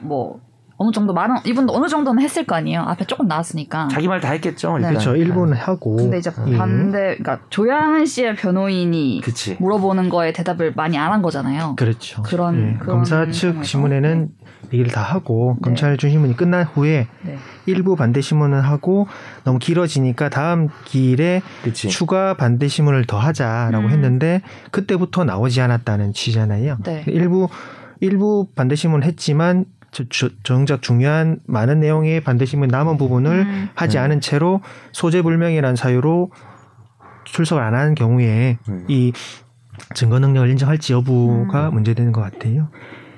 뭐 어느 정도 말은 이분도 어느 정도는 했을 거 아니에요. 앞에 조금 나왔으니까.
자기 말 다 했겠죠.
네.
일단.
그렇죠. 일본은 하고.
근데 이제
음.
반대, 그러니까 조양한 씨의 변호인이
그치.
물어보는 거에 대답을 많이 안 한 거잖아요.
그렇죠.
그런-
예,
그런
검사 측
상황에서.
신문에는 얘기를 다 하고
네.
검찰 준 신문이 끝난 후에
네.
일부 반대 신문을 하고 너무 길어지니까 다음 기일에
그치.
추가 반대 신문을 더 하자라고
음.
했는데 그때부터 나오지 않았다는 취잖아요.
네.
일부 일부 반대 신문을 했지만 저- 저- 정작 중요한 많은 내용의 반대 신문 남은 부분을
음.
하지
음.
않은 채로 소재 불명이라는 사유로 출석을 안 하는 경우에
음.
이 증거 능력을 인정할지
음.
여부가 문제되는 것 같아요.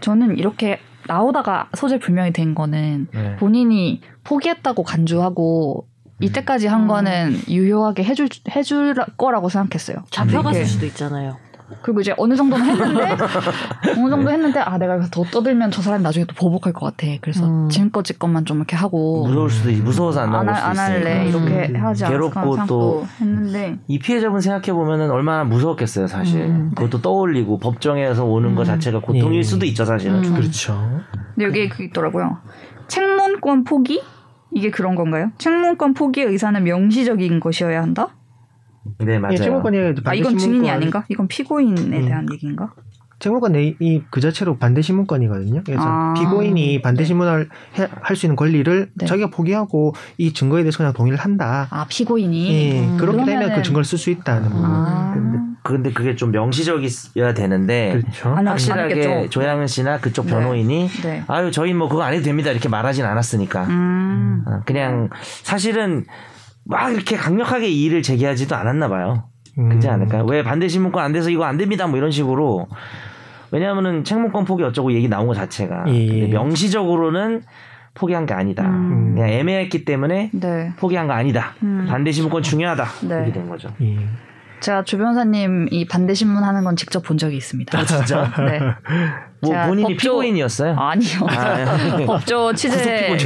저는 이렇게 나오다가 소재 불명이 된 거는
네.
본인이 포기했다고 간주하고 이때까지 한
음.
거는 유효하게 해줄 해줄 거라고 생각했어요.
잡혀갔을
네.
네.
음.
수도 있잖아요.
그리고 이제 어느 정도는 했는데 어느
네.
정도 했는데 아 내가 여기서 더 떠들면 저 사람이 나중에 또 보복할 것 같아. 그래서
음.
지금까지 것만 좀 이렇게 하고
어. 무서울 수도 있, 무서워서 안
안, 할-
나올 수도
안
있으니까.
할래 이렇게
음.
하지 않을까
괴롭고 또
생각도 했는데
이 피해자분 생각해 보면은 얼마나 무서웠겠어요, 사실.
음.
그것도 떠올리고 법정에서 오는 것
네. 음.
자체가 고통일
예.
수도 있죠, 사실은.
음.
그렇죠.
근데 여기에 그게 있더라고요. 책문권 포기 이게 그런 건가요? 책문권 포기의 의사는 명시적인 것이어야 한다?
네, 맞아요.
채무권이
아 이건 증인이 아닌가? 이건 피고인에
음.
대한 얘기인가?
채무권 이그 자체로 반대 신문권이거든요. 그래서
아.
피고인이 반대
네.
신문을 할 수 있는 권리를
네.
자기가 포기하고 이 증거에 대해서 그냥 동의를 한다.
아 피고인이
예,
음.
그렇게 되면
그러면은-
그 증거를 쓸 수 있다는 거.
아.
근데, 근데 그게 좀 명시적이어야 되는데
그렇죠.
안
확실하게
음. 확실하겠죠.
조양은 씨나 그쪽
네.
변호인이
네.
아유 저희 뭐 그거 안 해도 됩니다 이렇게 말하진 않았으니까
음.
어, 그냥 사실은 막 이렇게 강력하게 이의를 제기하지도 않았나 봐요 그지
음.
않을까요 왜 반대 신문권 안 돼서 이거 안 됩니다 뭐 이런 식으로 왜냐하면은 책무권 포기 어쩌고 얘기 나온 거 자체가
예.
근데 명시적으로는 포기한 게 아니다
음.
그냥 애매했기 때문에
네.
포기한 거 아니다
음.
반대 신문권 중요하다
네.
이렇게 된 거죠
예.
제가 조 변호사님 이 반대 신문 하는 건 직접 본 적이 있습니다.
아,
진짜
네.
뭐
제가
본인이
법조-
피고인이었어요
아니요.
예.
아,
법조 취재.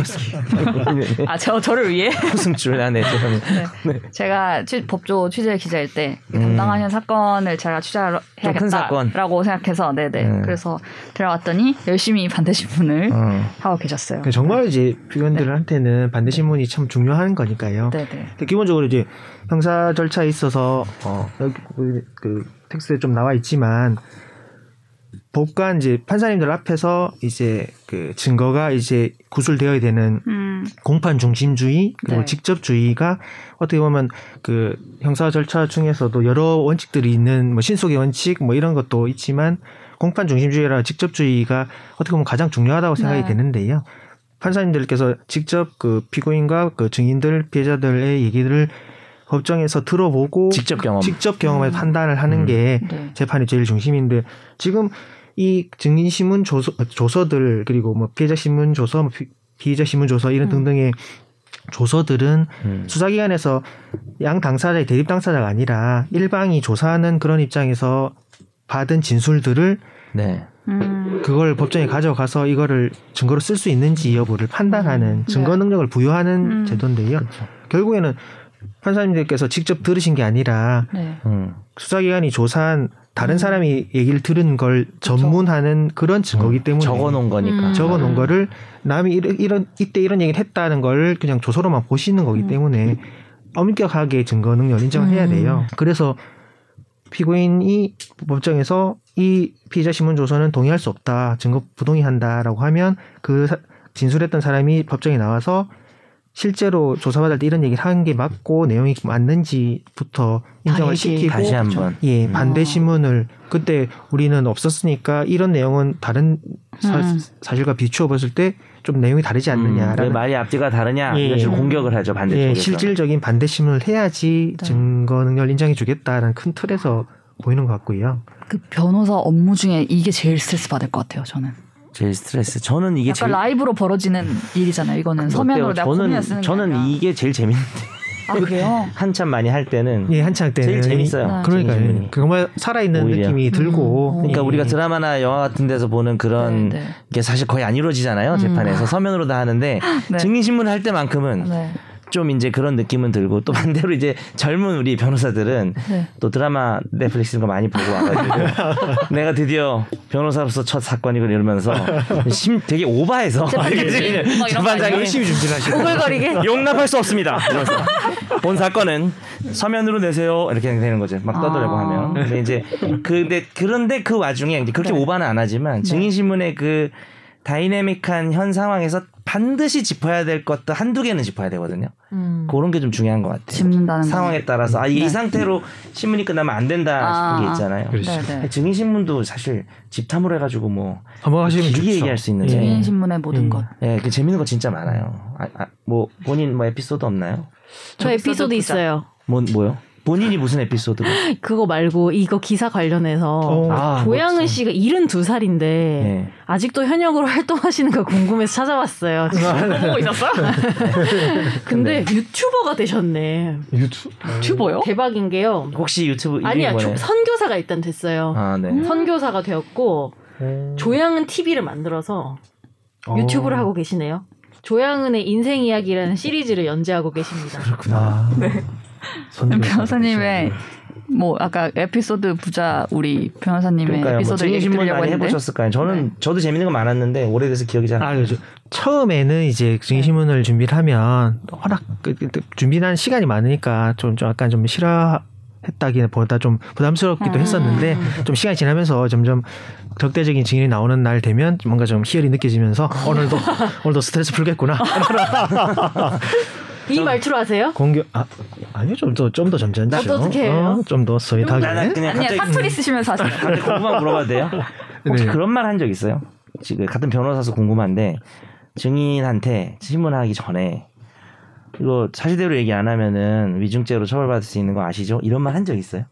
아, 저 저를 위해
승줄 나네 죄송합니다.
제가 취- 법조 취재 기자일 때
음.
담당하는 사건을 제가
좀큰 사건.
취재해야겠다라고 생각해서 네네
음.
그래서 들어왔더니 열심히 반대 신문을
어.
하고 계셨어요. 네.
그러니까 정말 이제 피고인들한테는 반대 신문이 참 중요한 거니까요.
네네.
근데 기본적으로 이제 형사 그 절차에 있어서 어, 여기 그 텍스트에 좀 나와 있지만 법관 이제 판사님들 앞에서 이제 그 증거가 이제 구술되어야 되는
음.
공판 중심주의 그리고
네.
직접주의가 어떻게 보면 그 형사 절차 중에서도 여러 원칙들이 있는 뭐 신속의 원칙 뭐 이런 것도 있지만 공판 중심주의라 직접주의가 어떻게 보면 가장 중요하다고 생각이
네.
되는데요. 판사님들께서 직접 그 피고인과 그 증인들 피해자들의 얘기를 법정에서 들어보고
직접 경험.
직접 경험해 서 판단을 하는
음.
게
네.
재판이 제일 중심인데 지금 이 증인 신문 조서 조서들 그리고 뭐 피해자 신문 조서, 뭐 피- 피의자 신문 조서 이런
음.
등등의 조서들은
음.
수사기관에서 양 당사자의 대립 당사자가 아니라 일방이 조사하는 그런 입장에서 받은 진술들을
네.
음.
그걸 법정에 가져가서 이거를 증거로 쓸 수 있는지 여부를
네.
판단하는 증거 능력을 부여하는
음.
제도인데요. 결국에는 판사님들께서 직접 들으신 게 아니라
네.
음.
수사기관이 조사한 다른 사람이 얘기를 들은 걸 전문하는 그런 증거기 때문에
음. 적어 놓은 거니까.
음.
적어 놓은
음.
거를 남이 이런, 이런 이때 이런 얘기를 했다는 걸 그냥 조서로만 보시는 거기
음.
때문에 엄격하게 증거 능력 인정을 해야
음.
돼요. 그래서 피고인이 법정에서 이 피의자 신문 조서는 동의할 수 없다, 증거 부동의한다라고 하면 그 사- 진술했던 사람이 법정에 나와서 실제로 조사받을 때 이런 얘기를 한 게 맞고 내용이 맞는지부터 인정을
얘기-
시키고
다시 한번.
예, 반대 신문을 그때 우리는 없었으니까 이런 내용은 다른 사,
음.
실과 비추어 봤을 때 좀 내용이 다르지
음, 왜
않느냐라는
말이 앞뒤가 다르냐
예.
이런 식으로 공격을 하죠 반대쪽에서.
예, 실질적인 반대 신문을 해야지
네.
증거 능력 을 인정해 주겠다라는 큰 틀에서 보이는 것 같고요.
그 변호사 업무 중에 이게 제일 스트레스 받을 것 같아요. 저는.
제일 스트레스. 저는 이게
약간
제일
라이브로 벌어지는 일이잖아요. 이거는 서면으로
어때요?
내가
저는
포면 쓰는 게
저는
아니라.
이게 제일 재밌는데
아 그래요?
한참 많이 할 때는
예, 한창 때는
음. 제일 재밌어요. 제일
그러니까
재밌어요.
정말 살아 있는
오히려.
느낌이 들고
그러니까
예.
우리가 드라마나 영화 같은 데서 보는 그런
네, 네.
게 사실 거의 안 이루어지잖아요 재판에서 서면으로 다 하는데
네.
증인 신문을 할 때만큼은
네.
좀 이제 그런 느낌은 들고 또 반대로 이제 젊은 우리 변호사들은
네.
또 드라마 넷플릭스 이런 거 많이 보고 와가지고 내가 드디어 변호사로서 첫 사건이고 이러면서 심 되게 오바해서
막뭐 이런 거 아니에요?
재판장이
열심히 준비하시고
오글거리게.
용납할 수 없습니다. 이러면서 본 사건은 서면으로 내세요. 이렇게 되는 거죠. 막 떠들려고
아.
하면. 근데 이제 근데 그런데 그 와중에 이제
네.
그렇게 오바는 안 하지만 증인 신문의 그 다이내믹한 현 상황에서 반드시 짚어야 될 것도 한두 개는 짚어야 되거든요.
음.
그런 게 좀 중요한 것 같아요.
짚는다는 거.
상황에 따라서 아, 이
네.
상태로 신문이 끝나면 안 된다
아,
싶은
아.
게 있잖아요.
그렇죠.
네, 네.
증인 신문도 사실 집탐으로 해가지고 뭐
한번 하시면
길게
좋죠.
얘기할 수 있는데.
예.
개인 신문의 모든
음.
것.
예, 그 재밌는 거 진짜 많아요. 아, 아, 뭐 본인 뭐 에피소드 없나요?
저 에피소드 있어요.
뭔 뭐요? 본인이 무슨 에피소드가?
그거 말고 이거 기사 관련해서
어.
아,
조양은
멋진.
씨가 72살인데
네.
예.
아직도 현역으로 활동하시는 거 궁금해서 찾아봤어요.
예.
보고 있었어? 근데 유튜버가 되셨네.
유튜
예.
튜버요?
어?
대박인 게요.
혹시 유튜브 이름이
아니야,
뭐예요?
조- 선교사가 일단 됐어요.
아, 네.
선교사가 되었고
음.
조양은 TV를 만들어서
어.
유튜브를 하고 계시네요. 조양은의 인생
음.
이야기라는 시리즈를 연재하고 계십니다.
아.
네.
선조.
변호사님의 뭐 아까 에피소드 부자 우리 변호사님의
그러니까요. 뭐
에피소드
증인
얘기
신문
들려고
많이
했는데
해보셨을까요? 저는 저도 재밌는 거 많았는데 오래돼서 기억이 잘. 안
아, 그렇죠. 처음에는 이제 증인신문을 준비를 하면 허락 그, 그, 그, 준비하는 시간이 많으니까 좀, 좀 약간 좀 싫어했다기는 보다 좀 부담스럽기도
음.
했었는데 좀 시간이 지나면서 점점 적대적인 증인이 나오는 날 되면 뭔가 좀 희열이 느껴지면서 오늘도 오늘도 스트레스 풀겠구나
이 말투로 하세요?
공격 아 아니요 좀 더 좀 더 점잖죠
어떻게 해요?
좀 더
나는
소윗하게
그냥
아니야
네, 갑자기
사투리 쓰시면서 하세요.
갑자기 궁금한 거 물어봐도 돼요? 혹시
네.
그런 말 한 적 있어요? 지금 같은 변호사서 궁금한데 증인한테 신문하기 전에 이거 사실대로 얘기 안 하면은 위증죄로 처벌받을 수 있는 거 아시죠? 이런 말 한 적 있어요?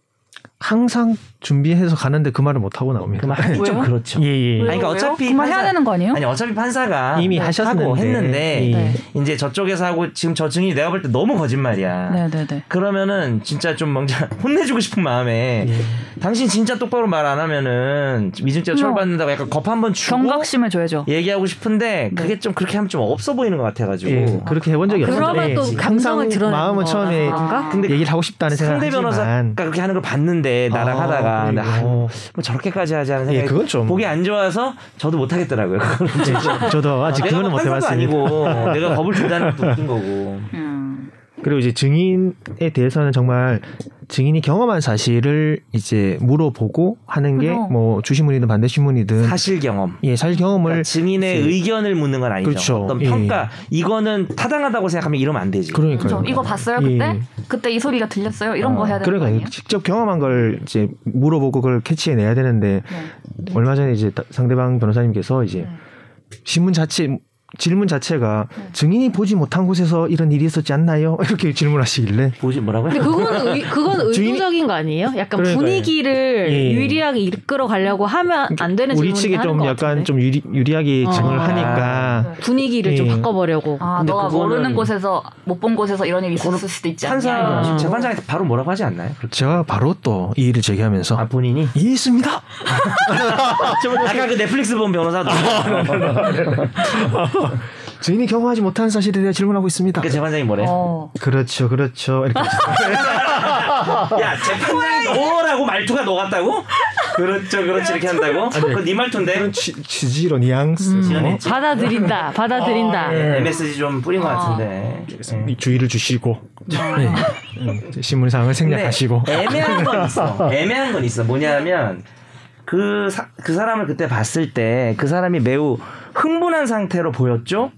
항상 준비해서 가는데 그 말을 못 하고 나옵니다
그말 하기 좀
왜요?
그렇죠.
예예
아니, 그러니까 어차피
그말 해야
판사-
되는 거 아니에요?
아니 어차피 판사가
네. 이미
아, 네. 하고
하셨는데.
했는데 네.
예.
이제 저쪽에서 하고 지금 저 증인이 내가 볼 때 너무 거짓말이야.
네네네.
그러면은 진짜 좀 뭔가 혼내주고 싶은 마음에
예.
당신 진짜 똑바로 말 안 하면은 위증죄 처벌받는다고
네.
약간 겁 한번 주고
경각심을 줘야죠.
얘기하고 싶은데 그게 좀 그렇게 하면 좀 없어 보이는 것 같아가지고
예, 그렇게 해본 적이 없어요.
그러면
예,
또 감성을 드러내는
마음은
거라서
처음에
아,
그런가?
근데
얘기를 하고 싶다는 생각을
상대 변호사가 그러니까
하지만
그렇게 하는 걸 봤는데 나랑
아,
하다가 근데 아,
그리고.
어,
뭐 저렇게까지 하지 않은
예,
생각이
그건 좀.
보기 안 좋아서 저도 못 하겠더라고요. 그거는 좀.
저도 아직
아, 내가
그거는 못
판사도
해봤으니 고
아니고 내가 겁을 준다는 것도 웃긴 거고.
음.
그리고 이제 증인에 대해서는 정말
증인이 경험한 사실을 이제 물어보고 하는 게
그럼.
뭐 주신문이든 반대 신문이든
사실 경험.
예 사실
그러니까
경험을
증인의
이제-
의견을 묻는 건 아니죠.
그렇죠.
어떤
예.
평가 이거는 타당하다고 생각하면 이러면 안 되지.
그러니까요.
그렇죠. 이거 봤어요
예.
그때? 그때 이 소리가 들렸어요? 이런
어,
거 해야 되는 거
그러니까
아니에요?
직접 경험한 걸 이제 물어보고 그걸 캐치해내야 되는데
네.
얼마 전에 이제 다- 상대방 변호사님께서
네.
이제 신문 자체 질문 자체가 증인이 보지 못한 곳에서 이런 일이 있었지 않나요? 이렇게 질문하시길래
보지 뭐라고요?
근데 그건 의, 그건
주인이-
의도적인 거 아니에요? 약간
그러니까요.
분위기를
예.
유리하게 이끌어 가려고 하면 그러니까 안 되는
우리
질문을
측에
하는
좀
것
약간
같은데.
좀 유리, 유리하게
어. 아, 네.
질문을 하니까
분위기를 좀
예.
바꿔보려고.
아,
근데
너가
그거는-
모르는 곳에서 못 본 곳에서 이런 일이 있었을 수도 있지 않냐?
판사
음.
재판장한테 바로 뭐라고 하지 않나요? 그렇게.
제가 그렇죠. 바로 또 이 일을 제기하면서
아 본인이
이 있습니다.
아까 그 넷플릭스 본 변호사도 그러니까
증인이 경험하지 못한 사실에 대해 질문하고 있습니다.
그 재판장이 뭐래?
어.
그렇죠, 그렇죠. 이렇게
야 재판장이 뭐라고 말투가 너 같다고? 그렇죠 그렇지 이렇게 한다고? 그건 네 말투인데
취, 취지로 뉘앙스
음.
지연이
받아들인다,
네.
받아들인다.
MSG 네, 좀 뿌린 것 같은데 네.
이 주의를 주시고
아.
네. 신문상을
근데
생략하시고
애매한 건 있어. 애매한 건 있어. 뭐냐면 그, 사, 그 사람을 그때 봤을 때 그 사람이 매우 흥분한 상태로 보였죠?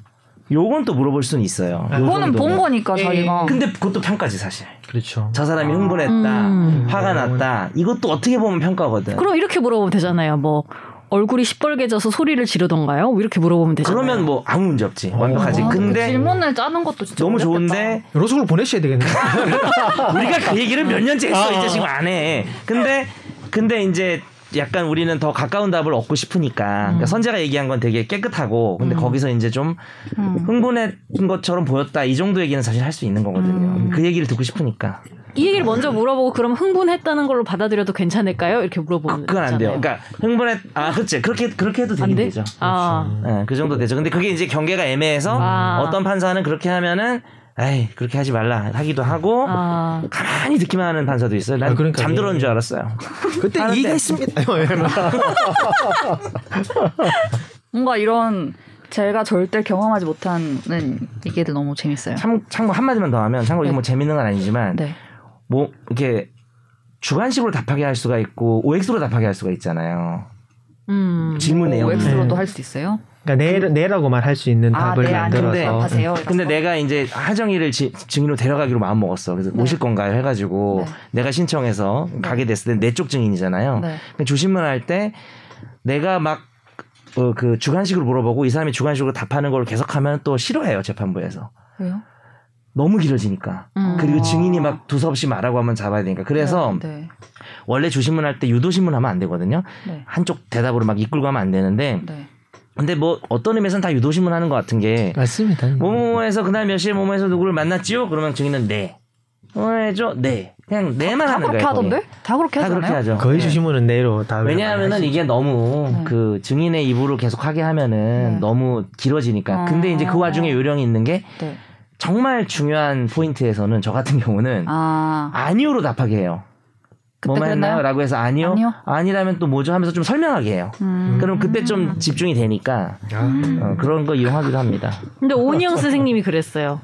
요건 또 물어볼 수는 있어요. 요
아, 그거는
정도는.
본 거니까 자기가.
근데 예. 그것도 평가지 사실.
그렇죠.
저 사람이 흥분했다,
음.
화가 났다. 이것도 어떻게 보면 평가거든.
그럼 이렇게 물어보면 되잖아요. 뭐 얼굴이 시뻘개져서 소리를 지르던가요? 뭐 이렇게 물어보면 되잖아요.
그러면 뭐 아무 문제 없지. 완벽하지.
아,
근데
질문을 짜는 것도 진짜
너무
어렵겠다.
좋은데
이런 식으로 보내셔야 되겠네요.
우리가 그 얘기를 몇 년째 했어 이제 지금 안 해. 근데 근데 이제 약간 우리는 더 가까운 답을 얻고 싶으니까
음.
그러니까 선재가 얘기한 건 되게 깨끗하고 근데 거기서 이제 좀
음.
흥분했던 것처럼 보였다 이 정도 얘기는 사실 할 수 있는 거거든요.
음.
그 얘기를 듣고 싶으니까
이 얘기를 먼저 물어보고 그럼 흥분했다는 걸로 받아들여도 괜찮을까요? 이렇게
아,
물어보면
그건 안 돼요.
되잖아요.
그러니까 흥분했 아 그렇지 그렇게 그렇게 해도
안
되긴
돼?
되죠.
아,
예, 그 정도 되죠. 근데 그게 이제 경계가 애매해서
아.
어떤 판사는 그렇게 하면은 에이 그렇게 하지 말라 하기도 하고
아.
가만히 듣기만 하는 판사도 있어요. 난
아, 그러니까요.
잠들었는 줄 알았어요.
그때
아,
하는데.
이가 있습니다.
뭔가 이런 제가 절대 경험하지 못하는 얘기들 너무 재밌어요.
참, 참고 한마디만 더 하면 참고 이거 뭐 재밌는 건 아니지만
네.
뭐 이렇게 주관식으로 답하게 할 수가 있고 OX로 답하게 할 수가 있잖아요.
음.
질문 내용.
웹으로도 할 수 있어요?
그러니까 네, 라고만 할 수 있는
아,
답을
네, 아니요.
네,
만들어서
답하세요.
근데 내가 이제 하정이를 지- 증인으로 데려가기로 마음 먹었어. 그래서 오실 건가요? 해가지고
네.
내가 신청해서 가게 됐을 때 내 쪽 증인이잖아요.
네.
근데 조신문 할 때 내가 막 그 주관식으로 물어보고 이 사람이 주관식으로 답하는 걸 계속하면 또 싫어해요 재판부에서.
왜요?
너무 길어지니까.
음.
그리고 증인이 막 두서없이 말하고 하면 잡아야 되니까. 그래서
네.
원래 주신문 할 때 유도신문 하면 안 되거든요.
네.
한쪽 대답으로 막 이끌고 하면 안 되는데.
네.
근데 뭐 어떤 의미에서는 다 유도신문 하는 것 같은 게
음.
맞습니다.
뭐뭐에서 그날 몇 시에 뭐뭐에서 누구를 만났지요? 그러면 증인은 네. 뭐해죠? 네. 그냥 네만
다
하는 거예요.
그렇게 하던데? 네? 다 그렇게
다
하잖아요.
그렇게 하죠. 네.
거의 주시면은 내로 답을
왜냐하면은 이게 너무 그 증인의 입으로 계속 하게 하면은
네. 아.
너무 길어지니까. 근데 이제 그 와중에 요령이 있는 게
네.
정말 중요한 포인트에서는 저 같은 경우는
아,
아니요로 답하게 해요.
그때
뭐만 했나요?
그랬나요?
라고 해서 아니요.
아니요.
아니라면 또 뭐죠? 하면서 좀 설명하게 해요.
음.
그럼 그때 좀 집중이 되니까
음.
어, 그런 거 이용하기도 합니다.
근데 오니영 선생님이 그랬어요.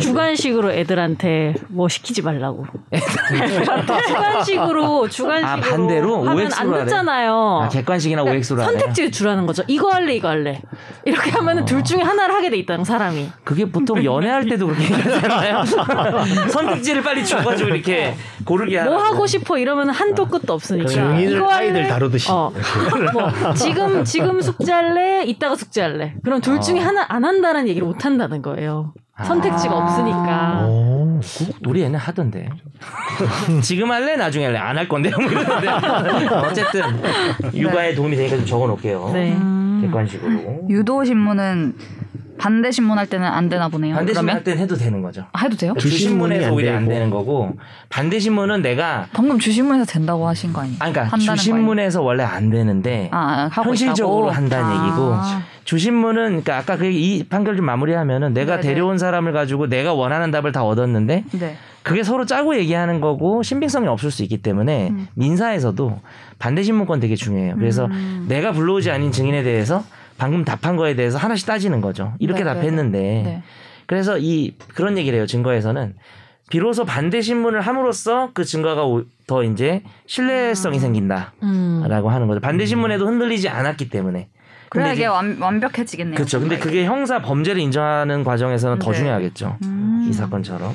주관식으로 애들한테 뭐 시키지 말라고. 주관식으로 주관식으로
아, 반대로
하면
OX
안
로 하래.
듣잖아요.
아, 객관식이나
그러니까
OX로 하네요.
선택지 주라는 거죠. 이거 할래 이거 할래. 이렇게 하면은 둘 중에 하나를 하게 돼 있다는 사람이.
그게 보통 연애할 때도 그렇게 얘기하잖아요. 선택지를 빨리 줘가지고 이렇게 고르게 하라고.
뭐 하고 싶어 이러면
아,
한도 끝도
아,
없으니까.
증인을
이거 할래?
아이들 다루듯이.
어. 뭐 지금 지금 숙제할래? 이따가 숙제할래? 그럼 둘 중에
아.
하나 안 한다는 얘기를 못 한다는 거예요. 선택지가
아.
없으니까.
오,
우리 애는 하던데. 지금 할래? 나중에 할래? 안 할 건데. 뭐 이러는데. 어쨌든 육아에 도움이 되니까 좀 적어놓을게요.
네.
객관식으로.
유도 신문은 반대 신문 할 때는 안 되나 보네요.
반대신문
그러면
할 때는 해도 되는 거죠.
아, 해도 돼요?
주신문에서
안
오히려 안
되고.
되는 거고 반대신문은 내가
방금 주신문에서 된다고 하신 거 아니에요?
아 그러니까
한다는 거
주신문에서 원래 안 되는데
아니에요? 아, 아, 하고
현실적으로
있다고?
한다는
아.
얘기고 주신문은 그러니까 아까 그 이 판결 좀 마무리하면은 내가
네네.
데려온 사람을 가지고 내가 원하는 답을 다 얻었는데
네.
그게 서로 짜고 얘기하는 거고 신빙성이 없을 수 있기 때문에
음.
민사에서도 반대신문권 되게 중요해요. 그래서
음.
내가 불러오지 아닌 증인에 대해서 방금 답한 거에 대해서 하나씩 따지는 거죠. 이렇게
네, 네, 네.
답했는데
네.
그래서 이 그런 얘기를 해요. 증거에서는 비로소 반대 신문을 함으로써 그 증거가 오- 더 이제 신뢰성이 생긴다라고
음.
하는 거죠. 반대 신문에도 흔들리지 않았기 때문에.
그래야
근데
이게
이제-
완, 완벽해지겠네요.
그렇죠. 근데 그게 형사 범죄를 인정하는 과정에서는 더
네.
중요하겠죠.
음.
이 사건처럼.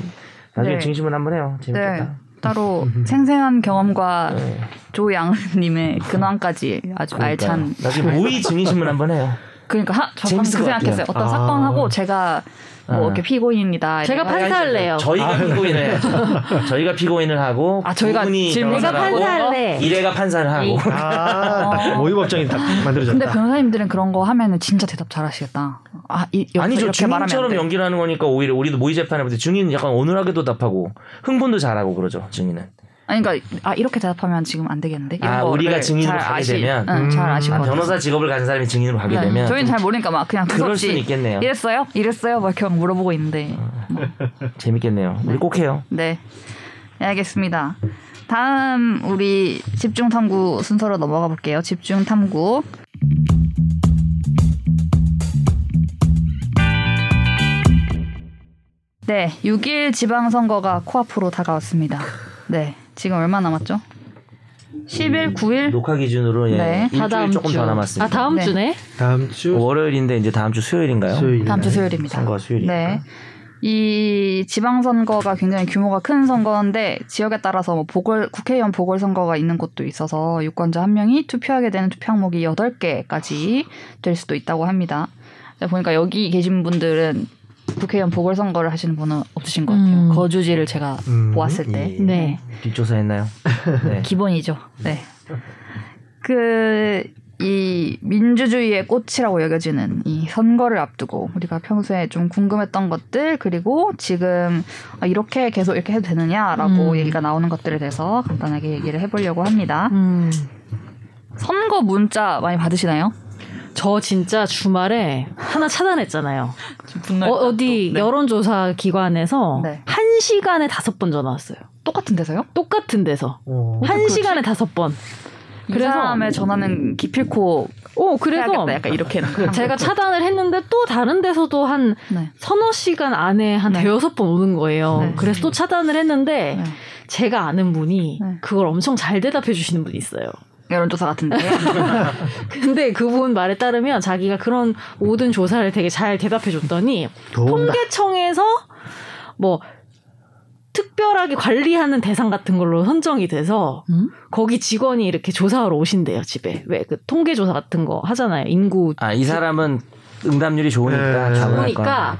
나중에
네.
증심은 한번 해요.
네.
재밌겠다.
따로 생생한 경험과
네.
조양님의 근황까지 아주 알찬.
그러니까요. 나중에 모의 증인신문 한번 해요.
그러니까 하, 저 방금
재밌을
그
것 같아요.
생각했어요. 어떤
아.
사건하고 제가 뭐
아.
이렇게 피고인입니다.
제가
이래가지고
판사할래요.
저희가 피고인을 해요. 저희가 피고인을 하고
아, 저희가
부분이
질문-
내가
변호사를 하고
판사할래.
이래가 판사를
네.
하고
아, 모의 법정이 딱
근데
그러니까.
만들어졌다.
변호사님들은 그런 거 하면은 진짜 대답 잘하시겠다. 아, 이, 여기서
아니죠
이렇게 말하면 안
증인처럼
돼.
연기를 하는 거니까 오히려 우리도 모의 재판을 볼때 증인 약간 어눌하게도 답하고 흥분도 잘하고 그러죠 증인은
아니 그러니까 아 이렇게 대답하면 지금 안 되겠는데. 이런
아,
거를
우리가 증인으로
잘
가게
아시-
되면?
응, 잘 아실
아,
것 같아요.
변호사 직업을 가진 사람이 증인으로 가게
네,
되면
저희는
좀
잘 모르니까 막 그냥
그럴
두서없이
수는 있겠네요
이랬어요? 이랬어요? 막 이렇게 막 물어보고 있는데.
재밌겠네요 우리 꼭 해요
네. 알겠습니다. 다음 우리 집중 탐구 순서로 넘어가 볼게요. 집중 탐구. 네, 6일 지방선거가 코앞으로 다가왔습니다. 네, 지금 얼마 남았죠? 10일, 9일?
녹화 기준으로 예,
네,
일주일
다다음
조금
주.
더 남았습니다 어,
아 다음
네.
주네.
다음 주
월요일인데 이제 다음 주 수요일인가요?
수요일
다음 주 수요일입니다.
선거가 수요일이니까
네. 이 지방선거가 굉장히 규모가 큰 선거인데 지역에 따라서 뭐 보궐 국회의원 보궐선거가 있는 곳도 있어서 유권자 한 명이 투표하게 되는 투표 항목이 8개까지 될 수도 있다고 합니다. 네, 보니까 여기 계신 분들은 국회의원 보궐선거를 하시는 분은 없으신 것 같아요.
음.
거주지를 제가
음,
보았을 때.
예.
네.
뒷조사 했나요? 네.
기본이죠. 네. 그, 이 민주주의의 꽃이라고 여겨지는 이 선거를 앞두고 우리가 평소에 좀 궁금했던 것들 그리고 지금 아, 이렇게 계속 이렇게 해도 되느냐라고
음.
얘기가 나오는 것들에 대해서 간단하게 얘기를 해보려고 합니다.
음.
선거 문자 많이 받으시나요?
저 진짜 주말에 하나 차단했잖아요.
분노.
어, 디 여론조사 기관에서
네.
한 시간에 다섯 번 전화 왔어요.
똑같은 데서요?
똑같은 데서
어.
한 시간에 다섯 번.
이
그래서-
사람의 전화는 기필코
오 뭐, 음. 어, 그래서
해야겠다. 약간 이렇게.
제가 차단을 했는데 또 다른 데서도 한
네.
서너 시간 안에 한
네.
대여섯 번 오는 거예요.
네.
그래서 또 차단을 했는데
네.
제가 아는 분이
네.
그걸 엄청 잘 대답해 주시는 분이 있어요.
여론조사 같은데.
근데 그분 말에 따르면 자기가 그런 모든 조사를 되게 잘 대답해 줬더니 음.
도움다.
통계청에서 뭐 특별하게 관리하는 대상 같은 걸로 선정이 돼서
음?
거기 직원이 이렇게 조사하러 오신대요 집에 왜 그 통계 조사 같은 거 하잖아요 인구
아, 이 사람은 응답률이 좋으니까
네.
답을 할 거야.
보니까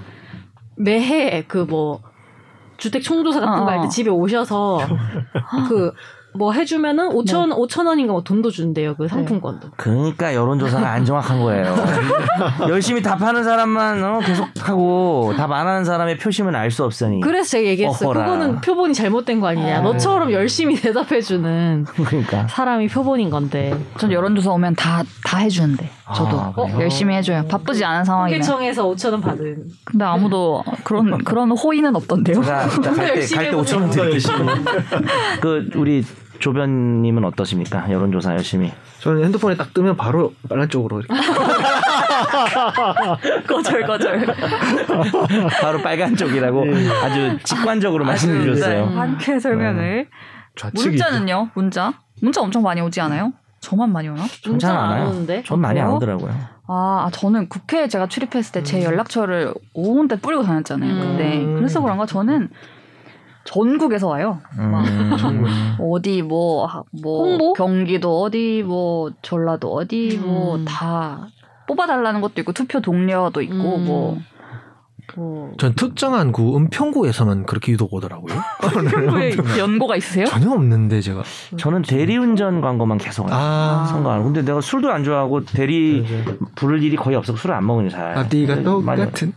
매해 그 뭐 주택 총조사 같은
어,
거 할 때
어.
집에 오셔서 그 뭐 해주면은 5천 5천 원인가 뭐 돈도 준대요 그 상품권도
그러니까 여론조사가 안 정확한 거예요. 열심히 답하는 사람만 어, 계속하고 답 안 하는 사람의 표심은 알 수 없으니.
그래서 제가 얘기했어요 네.
어허라.
그거는 표본이 잘못된 거 아니냐 너처럼 열심히 대답해주는
그러니까.
사람이 표본인 건데
전 여론조사 오면 다 다 해주는데 저도
아, 그래요?
열심히 해줘요. 바쁘지 않은 상황이면.
통계청에서 5천 원 받은
근데 아무도 그런 그런 호의는 없던데요.
음. 제가 갈때
열심히
갈때 5천 원 드릴게요. 그 우리 조변님은 어떠십니까? 여론조사 열심히.
저는 핸드폰에 딱 뜨면 바로 빨간 쪽으로 이렇게.
거절 거절.
바로 빨간 쪽이라고
네.
아주 직관적으로
네.
말씀해 주셨어요. 네.
한쾌 설명을.
좌측이
문자는요? 문자? 문자 엄청 많이 오지 않아요? 저만 많이 오나?
전잘
문자는 안
안와요.
오는데?
전 많이 안
그래요?
오더라고요.
아, 아, 저는 국회에 제가 출입했을 때 제
음.
연락처를 온데 뿌리고 다녔잖아요. 근데
음.
그래서 그런가 저는 전국에서 와요. 막
음.
어디 뭐, 하- 뭐
홍보?
경기도 어디 뭐 전라도 어디
음.
뭐 다 뽑아달라는 것도 있고 투표 동료도 있고
음.
뭐. 뭐
전 특정한 구 은평구에서만 그렇게 유독 오더라고요.
왜 연고가 있으세요?
전혀 없는데 제가.
저는 대리운전 광고만 계속 와요.
아, 네,
선거 안 하고. 근데 내가 술도 안 좋아하고 대리 부를 일이 거의 없어서 술을 안 먹으니 잘.
아,
네,
앞뒤가
많이
똑같은.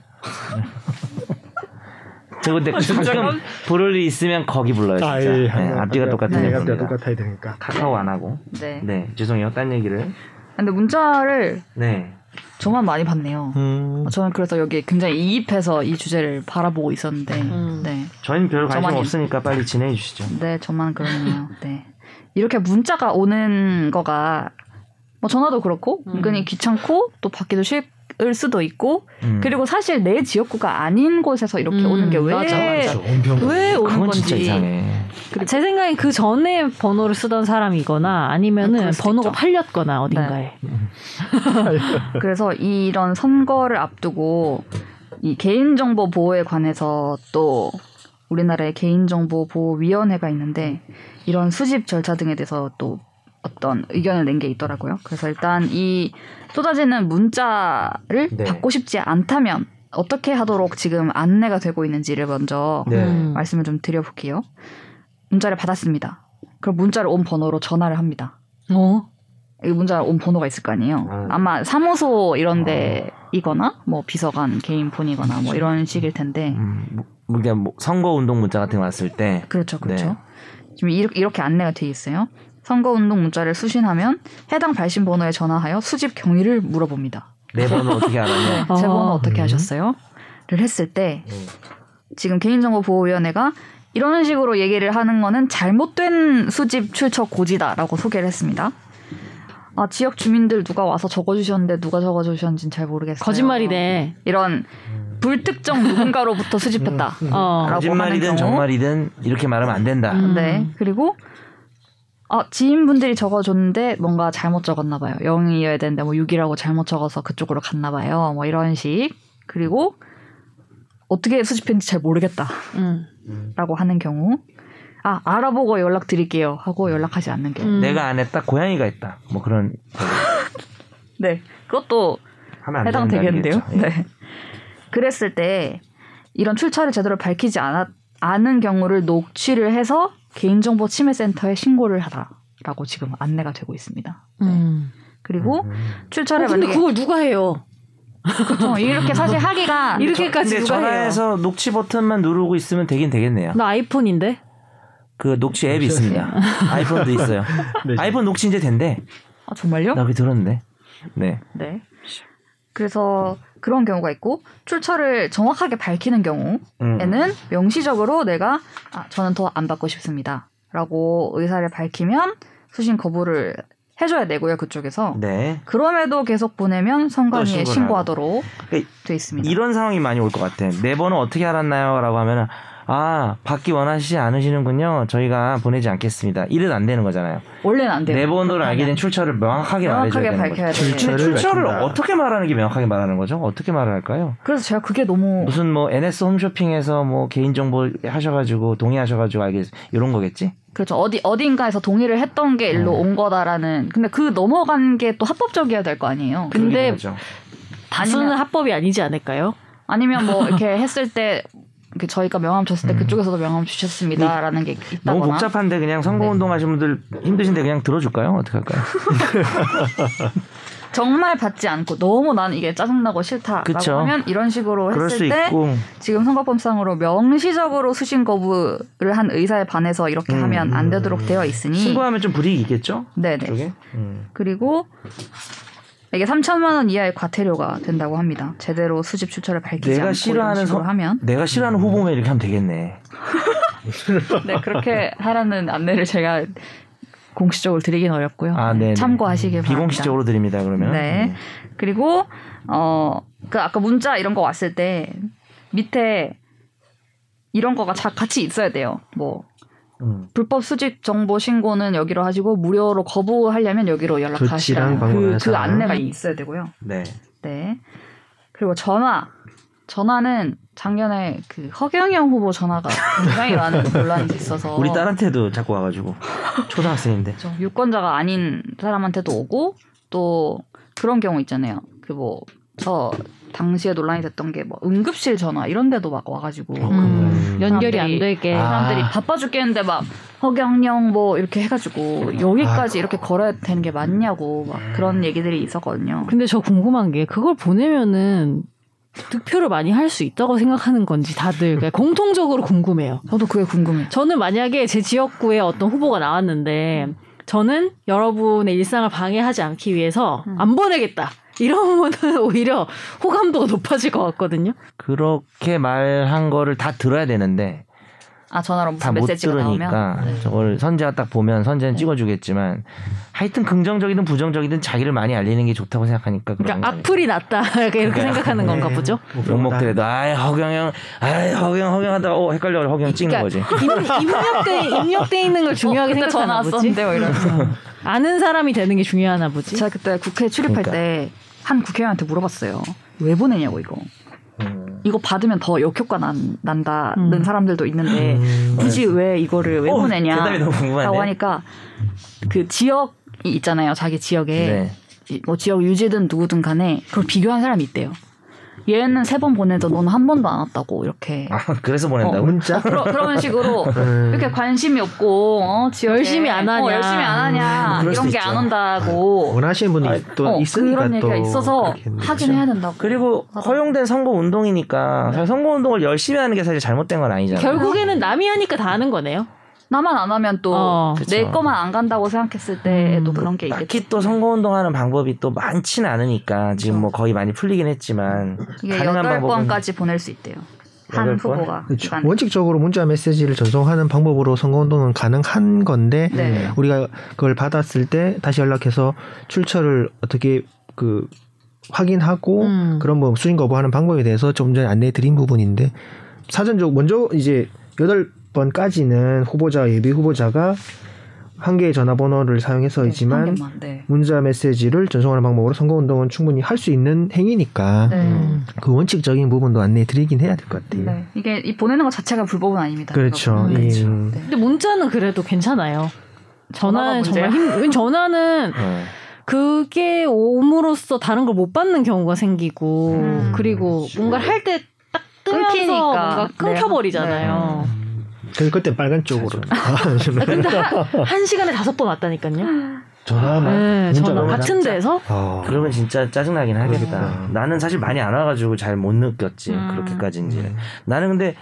저 근데 가끔 부를 일 있으면 거기 불러요 진짜.
아, 예, 예.
네, 앞뒤가 똑같은
네,
네,
앞뒤가
겁니다.
똑같아야 되니까.
카카오 안 하고.
네.
네 죄송해요. 딴 얘기를.
근데 문자를
네.
저만 많이 봤네요.
음.
저는 그래서 여기에 굉장히 이입해서 이 주제를 바라보고 있었는데,
음.
네,
저희는 별 관심
저만이-
없으니까 빨리 진행해 주시죠.
네, 저만 그렇네요. 네, 이렇게 문자가 오는 거가 뭐 전화도 그렇고
음.
은근히 귀찮고 또 받기도 쉽. 지역일 수도 있고
음.
그리고 사실 내 지역구가 아닌 곳에서 이렇게
음,
오는 게
맞아,
왜
맞아.
왜
그렇죠. 온평.
네, 오는
그건
건지
진짜 이상해.
그리고-
제 생각엔 그 전에 번호를 쓰던 사람이거나 아니면은
그럴 수도
번호가
있죠.
팔렸거나 어딘가에.
그래서 이런 선거를 앞두고 이 개인정보 보호에 관해서 또 우리나라의 개인정보 보호 위원회가 있는데 이런 수집 절차 등에 대해서 또 어떤 의견을 낸 게 있더라고요. 그래서 일단 이 쏟아지는 문자를
네.
받고 싶지 않다면 어떻게 하도록 지금 안내가 되고 있는지를 먼저
네.
음.
말씀을 좀 드려볼게요. 문자를 받았습니다. 그럼 문자를 온 번호로 전화를 합니다.
어?
이 문자 온 번호가 있을 거 아니에요. 네.
아.
아마 사무소 이런 데이거나 뭐 비서관 개인 폰이거나 뭐 이런 식일 텐데.
음, 뭐, 뭐 그냥 뭐 선거 운동 문자 같은 거 왔을 때
그렇죠, 그렇죠. 지금 이렇게, 이렇게 안내가 돼 있어요. 선거운동 문자를 수신하면 해당 발신 번호에 전화하여 수집 경위를 물어봅니다.
내 번호 어떻게 알았냐?
제
어.
번호 아, 어떻게
음.
하셨어요? 를 했을 때
음.
지금 개인정보보호위원회가 이런 식으로 얘기를 하는 거는 잘못된 수집 출처 고지다라고 소개를 했습니다. 아, 지역 주민들 누가 와서 적어주셨는데 누가 적어주셨는지는 잘 모르겠어요.
거짓말이네.
이런 불특정 누군가로부터 수집했다.
어.
라고
거짓말이든
하는 경우.
정말이든 이렇게 말하면 안 된다.
음.
네. 그리고 아, 지인분들이 적어줬는데 뭔가 잘못 적었나 봐요. 0이어야 되는데 뭐 6이라고 잘못 적어서 그쪽으로 갔나 봐요. 뭐 이런 식. 그리고 어떻게 수집했는지 잘 모르겠다.
음.
라고 하는 경우 아, 알아보고 연락드릴게요. 하고 연락하지 않는 경우.
음.
내가 안 했다 고양이가 했다. 뭐 그런 거
네. 그것도
하면 안
해당
되는 거
되겠는데요.
아니겠죠? 예.
네. 그랬을 때 이런 출처를 제대로 밝히지 않았, 않은 경우를 녹취를 해서 개인정보 침해센터에 신고를 하라라고 지금 안내가 되고 있습니다.
음.
그리고 출처를
어, 근데
만약에
그걸 누가 해요?
그쵸, 이렇게 사실 하기가
이렇게까지
근데
누가 해요?
전화해서 녹취 버튼만 누르고 있으면 되긴 되겠네요.
나 아이폰인데?
그 녹취 앱이 있습니다. 아이폰도 있어요.
네.
아이폰 녹취 이제 된대.
아, 정말요?
나 그게 들었는데. 네.
네. 그래서 그런 경우가 있고 출처를 정확하게 밝히는 경우
음.
에는 명시적으로 내가 아, 저는 더 안 받고 싶습니다라고 의사를 밝히면 수신 거부를 해줘야 되고요 그쪽에서
네.
그럼에도 계속 보내면 선관위에
또 신고를
신고하도록
그러니까
돼 있습니다.
이런 상황이 많이 올 것 같아. 내 번호 어떻게 알았나요?라고 하면은 아 받기 원하시지 않으시는군요. 저희가 보내지 않겠습니다. 이래도 안 되는 거잖아요.
원래는 안 돼요.
내 번호를 알게 된 출처를 명확하게 말해줘야
네. 명확하게 밝혀야
되는 거죠.
돼요.
근데
출처를
출처를
밝힌다.
어떻게 말하는 게 명확하게 말하는 거죠? 어떻게 말을 할까요?
그래서 제가 그게 너무
무슨 뭐 NS 홈쇼핑에서 뭐 개인정보 하셔가지고 동의하셔가지고 알겠 이런 거겠지?
그렇죠 어디 어딘가에서 동의를 했던 게 일로
음.
온 거다라는 근데 그 넘어간 게 또 합법적이어야 될 거 아니에요.
근데
그러게 되죠.
다수는
아니면-
합법이 아니지 않을까요?
아니면 뭐 이렇게 했을 때 이렇게 저희가 명함 줬을 때 그쪽에서도 명함 주셨습니다라는 게 있다거나
음. 네.
네.
너무 복잡한데 그냥 선거운동 하시는 분들 힘드신데 그냥 들어줄까요? 어떻게 할까요?
정말 받지 않고 너무 난 이게 짜증나고 싫다라고
그쵸.
하면 이런 식으로
그럴
뭐
수
했을 때 음.
있고
지금 선거법상으로 명시적으로 수신 거부를 한 의사에 반해서 이렇게
음,
하면 안 되도록 되어 있으니
신고하면 좀 불이익 있겠죠?
네네
그게? 음.
그리고 이게 3천만 원 이하의 과태료가 된다고 합니다. 제대로 수집 출처를 밝히지
내가
않고
싫어하는
이런 식으로
선-
하면
내가
음.
싫어하는 후보면 이렇게 하면 되겠네.
네 그렇게 하라는 안내를 제가 공식적으로 드리긴 어렵고요.
아, 네네.
참고하시길 바랍니다.
비공식적으로 드립니다. 그러면.
네. 그리고 어 그 아까 문자 이런 거 왔을 때 밑에 이런 거가 자, 같이 있어야 돼요. 뭐
음.
불법 수집 정보 신고는 여기로 하시고 무료로 거부하려면 여기로 연락하시라는
조치랑
그,
방법을
그
하자.
안내가 있어야 되고요.
네.
네. 그리고 전화. 전화는 작년에 그 허경영 후보 전화가 굉장히 많은 논란이 있어서
우리 딸한테도 자꾸 와가지고 초등학생인데.
그렇죠. 유권자가 아닌 사람한테도 오고 또 그런 경우 있잖아요. 그 뭐 저 당시에 논란이 됐던 게 뭐 응급실 전화 이런 데도 막 와가지고
음, 연결이 안
사람들이-
되게.
아.
사람들이 바빠 죽겠는데 막 허경영 뭐 이렇게 해가지고
아,
여기까지 이렇게
그-
걸어야 되는 게 맞냐고 막 그런 얘기들이 있었거든요.
근데 저 궁금한 게 그걸 보내면은 득표를 많이 할 수 있다고 생각하는 건지 다들 그냥 공통적으로 궁금해요.
저도 그게 궁금해요.
저는 만약에 제 지역구에 어떤 후보가 나왔는데 저는 여러분의 일상을 방해하지 않기 위해서 안 보내겠다. 이러면은 오히려 호감도가 높아질 것 같거든요.
그렇게 말한 거를 다 들어야 되는데
아 전화로
다
무슨
못
메시지가
들으니까
나오면 네.
저걸 선재가 딱 보면 선재는
네.
찍어주겠지만 하여튼 긍정적이든 부정적이든 자기를 많이 알리는 게 좋다고 생각하니까 그런
그러니까
거 아니에요?
악플이 낫다 이렇게 생각하는 건가
네.
보죠.
욕 먹더라도 아이 허경영 아이 허경 허경하다 어 헷갈려 허경 찍는
그러니까
거지
임- 입력돼 입력돼 있는 걸 중요하게
어, 그때 전화
생각하나 보지.
왔었는데 뭐 이러면서
아는 사람이 되는 게 중요하나 보지.
제가 그때 국회 출입할
그러니까.
때 한 국회의원한테 물어봤어요. 왜 보내냐고 이거. 그-
음.
이거 받으면 더 역효과 난, 난다는
음.
사람들도 있는데 굳이 왜 이거를 왜
음, 어,
보내냐
대답이 너무 궁금하네요.
라고 하니까 그 지역이 있잖아요. 자기 지역에
네.
이- 뭐 지역 유지든 누구든 간에 그걸 비교한 사람이 있대요. 얘는 세 번 보내도 너는 한 번도 안 왔다고 이렇게
아 그래서 보낸다고
문자?
그러, 그런 식으로
음.
이렇게 관심이 없고 어, 지역에
열심히 안 하냐.
어, 열심히 안 하냐
음, 그럴
이런
수도
게 안
있죠.
온다고
원하시는 분이 어, 또
어,
있으니까
그런
또
얘기가 있어서
그렇게 그렇죠. 했는데.
하긴 해야 된다고
그리고 허용된 선거 운동이니까
네.
사실 선거 운동을 열심히 하는 게 사실 잘못된 건 아니잖아요.
결국에는 남이 하니까 다 하는 거네요.
나만 안 하면 또 내
어.
그쵸.
것만 안 간다고 생각했을 때도
음.
그런 게 있겠죠
딱히 또 선거 운동하는 방법이 또 많지는 않으니까 지금 뭐 거의 많이 풀리긴 했지만
그렇죠. 이게
가능한 방법은
8건까지 보낼 수 있대요 한
여덟 건?
후보가 그러니까
그렇죠.
기간-
원칙적으로 문자 메시지를 전송하는 방법으로 선거운동은 가능한 건데
네.
우리가 그걸 받았을 때 다시 연락해서 출처를 어떻게 그 확인하고
음.
그런 뭐 수신 거부하는 방법에 대해서 좀 전에 안내해 드린 부분인데 사전적 먼저 이제 여덟 번까지는 후보자 예비 후보자가 한 개의 전화번호를
네,
사용해서이지만
한 개만, 네.
문자 메시지를 전송하는 방법으로 선거운동은 충분히 할 수 있는 행위니까
네.
음.
그 원칙적인 부분도 안내해 드리긴 해야 될 것 같아요.
네. 이게 이 보내는 것 자체가 불법은 아닙니다
그렇죠.
여러분.
이-
그렇죠.
음.
네.
근데 문자는 그래도 괜찮아요.
전화가
전화는 정말
문제야?
힘. 왜냐면 전화는
네.
그게 옴으로써 다른 걸 못 받는 경우가 생기고
음.
그리고 뭔가 할 때 딱 뜨면서
끊기니까. 네.
뭔가 끊겨버리잖아요.
그 그때 빨간 쪽으로
아, 근데
네.
한, 한 시간에 다섯 번 왔다니까요.
전화만
네,
문자
전화
너무
같은
낮다.
데서
어.
그러면 진짜 짜증나긴 하겠다.
그러니까.
나는 사실 많이 안 와가지고 잘 못 느꼈지
음.
그렇게까지인지. 나는 근데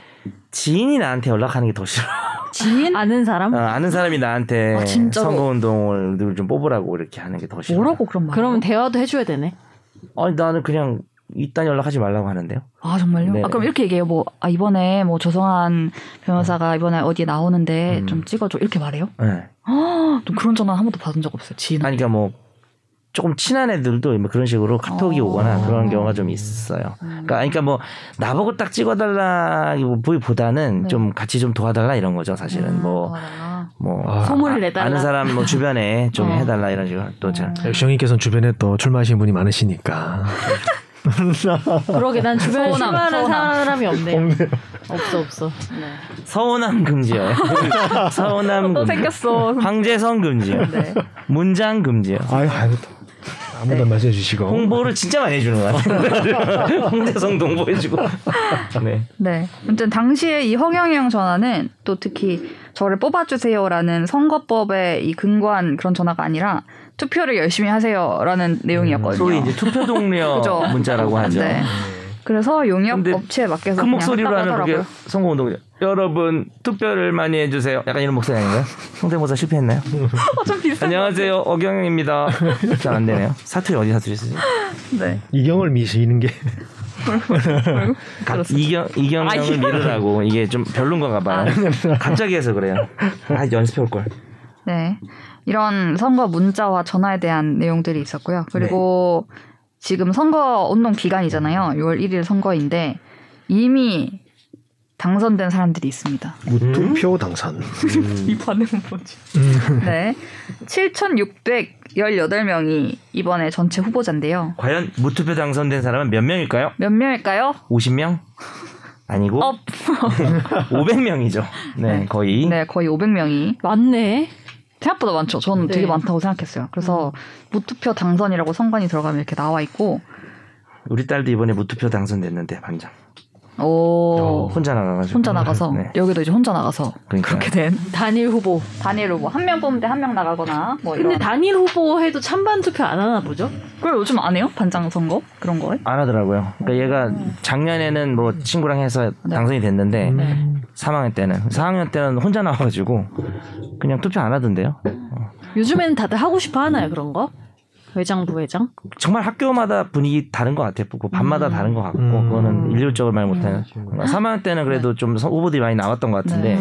지인이 나한테 연락하는 게 더 싫어.
지인 아는 사람
어, 아는 사람이 나한테
음? 아, 진짜로?
선거 운동을 늘좀 뽑으라고 이렇게 하는 게 더 싫어.
뭐라고 그런 말이에요?
그러면 대화도 해줘야 되네.
아니 나는 그냥 이딴 연락하지 말라고 하는데요.
아 정말요?
네.
아 그럼 이렇게 얘기해요. 뭐 아, 이번에 뭐 조성한 변호사가 이번에 어디 나오는데
네. 음.
좀 찍어줘 이렇게 말해요?
네.
아, 좀 그런 전화 한 번도 받은 적 없어요. 지인.
아니 그러니까 뭐 조금 친한 애들도 뭐 그런 식으로 카톡이
어. 음.
오거나 그런 경우가 좀 있어요. 그러니까, 아니, 그러니까 뭐 나보고 딱 찍어달라기보다는
네.
좀 같이 좀 도와달라 이런 거죠 사실은 뭐.
아,
뭐
아.
소문을
아,
내달라.
아는 사람 뭐 주변에 좀
어.
해달라 이런 식으로 또 제가
형님께서는 주변에 또 출마하신 분이 많으시니까
그러게 난 주변에
서운함,
출마하는
서운함.
사람이 없네요. 없어 없어.
네.
서운함 금지요. 서운함
또
금지.
생겼어.
황제성 금지요.
네.
문장 금지요.
아유 아유 아무도 안 말씀해 주시고
홍보를 진짜 많이 해주는 것 같아요. 홍대성 동보해주고. 네.
네. 아무튼 당시에 이 허경영 전화는 또 특히 저를 뽑아주세요라는 선거법에 이 근거한 그런 전화가 아니라 투표를 열심히 하세요라는 내용이었거든요.
음, 소위 이제 투표
그죠.
동료 문자라고 하죠.
네. 그래서 용역
근데
업체에 맡겨서
큰
그냥
목소리로
했다고
하면 그게
하더라고요.
선거 운동이죠. 여러분 투표를 많이 해주세요. 약간 이런 목소리 아닌가요? 성대모사 실패했나요?
어, 좀 비슷한
안녕하세요, 어경영입니다. 잘 안 되네요. 사투리 어디 사투리 쓰지?
네.
이경을 미시는 게
각 이경
아,
이경영을 미르라고 이게 좀 별론가 봐요. 갑자기 해서 그래요. 아 연습해 올 걸.
네. 이런 선거 문자와 전화에 대한 내용들이 있었고요. 그리고 지금 선거 운동 기간이잖아요. 6월 1일 선거인데 이미 당선된 사람들이 있습니다.
무투표 당선
이 반응은 뭐지? 네. 7,618명이 이번에 전체 후보자인데요.
과연 무투표 당선된 사람은 몇 명일까요?
몇 명일까요?
50명? 아니고
업.
500명이죠. 네,
어, 네.
거의.
네, 거의 500명이
맞네.
생각보다 많죠. 저는
네.
되게 많다고 생각했어요. 그래서 무투표 당선이라고 선관이 들어가면 이렇게 나와 있고
우리 딸도 이번에 무투표 당선됐는데 반장.
오
혼자 나가가지고.
어. 혼자 나가서
네.
여기도 이제 혼자 나가서
그러니까요.
그렇게 된
단일 후보.
단일로 뭐 한 명 뽑는데 한 명 나가거나 뭐
근데
이런.
단일 후보 해도 찬반 투표 안 하나 보죠?
그걸 요즘 안 해요? 반장 선거 그런 거에?
안 하더라고요. 그러니까 얘가 작년에는 뭐 친구랑 해서
음. 네.
당선이 됐는데
음.
네.
음.
3학년 때는 4학년 때는 혼자 나와가지고 그냥 투표 안 하던데요.
요즘에는 다들 하고 싶어 하나요 그런 거? 외장 부회장?
정말 학교마다 분위기 다른 것 같아요. 뭐 밤마다 다른 것 같고
음.
그러니까
네.
그거는 일률적으로 말 못해요. 3학년 때는 그래도 좀 서- 후보들이 많이 나왔던 것 같은데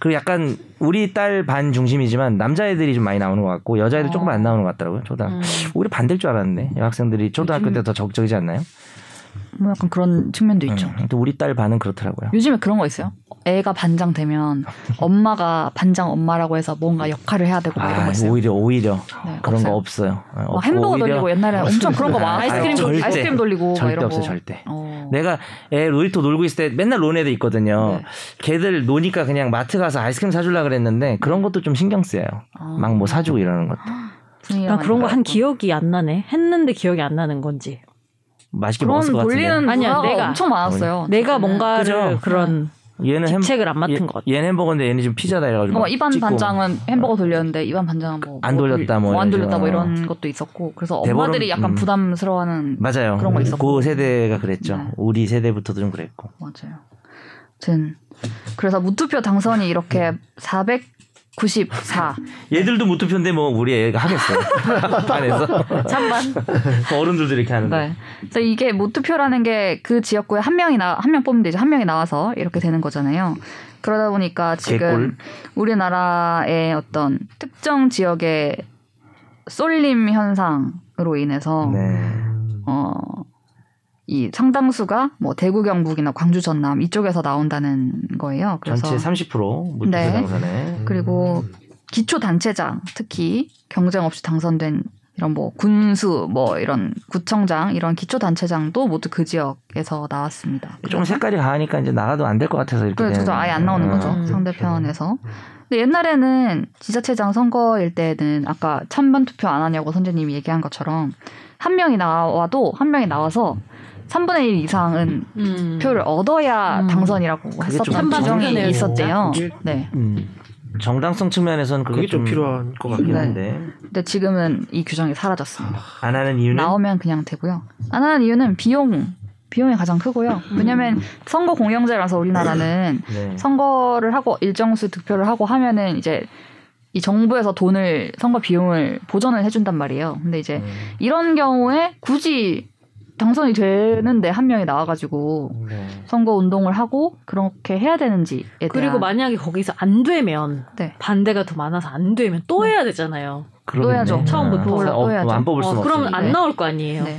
그리고 약간 우리 딸 반 중심이지만 남자애들이 좀 많이 나오는 것 같고 여자애들
어.
조금 안 나오는 것 같더라고요. 초등학교.
음.
오히려 반대일 줄 알았는데 여학생들이 초등학교 때 더 적적이지 않나요?
뭐 약간 그런 측면도 있죠.
음, 또 우리 딸 반은 그렇더라고요.
요즘에 그런 거 있어요. 애가 반장 되면 엄마가 반장 엄마라고 해서 뭔가 역할을 해야 되고 막 이런
아,
거 있어요.
오히려 오히려
네,
그런
없어요.
거 없어요. 어,
막
없-
햄버거
오히려
돌리고 옛날에 엄청 그런 거
아,
많아. 아이스크림
절대.
돌- 아이스크림 돌리고 막
절대
이런
없어요
거.
절대. 네.
어.
내가 애 놀이터 놀고 있을 때 맨날 노는 애들 있거든요.
네.
걔들 노니까 그냥 마트 가서 아이스크림 사주려 그랬는데 그런 것도 좀 신경 쓰여요.
네. 아.
막 뭐 사주고 이러는 것도
분위기가
난
많이
그런 거 한
다르고.
기억이 안 나네. 했는데 기억이 안 나는 건지.
맛있게
그런
먹었을 것 같은데.
돌리는
아니야,
문화가
내가.
엄청 많았어요.
내가
저는.
뭔가를
그죠? 네. 예.
그런
얘는 햄-
직책을 안 맡은 것 같아.
얘, 얘는 햄버거인데 얘는 지금 피자다 이래가지고
어,
막
이반
찍고. 어.
반장은 햄버거 돌렸는데 이반 반장은 뭐
안
뭐
돌렸다,
돌-
뭐
어, 안
이런
돌렸다 뭐
식으로.
이런 것도 있었고 그래서
대보름-
엄마들이 약간
음.
부담스러워하는
맞아요.
그런 거 있었고.
그 세대가 그랬죠.
네.
우리 세대부터도 좀 그랬고.
맞아요. 아무튼 그래서 무투표 당선이 이렇게 494
얘들도 무투표인데 뭐 우리 애가 하겠어요. 안에서
잠만.
어른들도 이렇게 하는데.
네. 그래서 이게 모투표라는 게 그 지역구에 한 명이 나 한 명 뽑으면 되죠. 한 명이 나와서 이렇게 되는 거잖아요. 그러다 보니까 지금
개꿀.
우리나라의 어떤 특정 지역의 쏠림 현상으로 인해서
네.
어. 이 상당수가 뭐 대구 경북이나 광주 전남 이쪽에서 나온다는 거예요. 그래서
전체 30% 무투표
네.
당선에.
그리고 기초 단체장 특히 경쟁 없이 당선된 이런 뭐 군수 뭐 이런 구청장 이런 기초 단체장도 모두 그 지역에서 나왔습니다.
좀 색깔이 가하니까 이제 나가도 안 될 것 같아서 이렇게.
그래서 저도
되는
아예 안 나오는
거예요.
거죠 상대편에서. 근데 옛날에는 지자체장 선거일 때는 아까 찬반 투표 안 하냐고 선재님이 얘기한 것처럼 한 명이 나와도 한 명이 나와서 3분의 1 이상은 표를 얻어야
음.
당선이라고
그게 좀
했었던
찬반 투표
규정이
내고.
있었대요.
그게-
네.
음. 정당성 측면에서는 그게,
그게 좀 필요한 것 같긴
긴
네.
한데
근데 지금은 이 규정이 사라졌습니다.
안 하는 이유는
나오면 그냥 되고요. 안 하는 이유는 비용. 비용이 가장 크고요.
음.
왜냐면 선거 공영제라서 우리나라는
네.
선거를 하고 일정수 득표를 하고 하면은 이제 이 정부에서 돈을 선거 비용을 보전을 해준단 말이에요. 근데 이제
음.
이런 경우에 굳이 당선이 되는데 한 명이 나와가지고
네.
선거 운동을 하고 그렇게 해야 되는지에 대한
그리고 만약에 거기서 안 되면
네.
반대가 더 많아서 안 되면 또 해야 되잖아요.
그러겠네.
해야죠.
처음부터.
아, 어,
해야죠.
안 뽑을
어,
수는 없어.
그러면 안
네.
나올 거 아니에요.
네.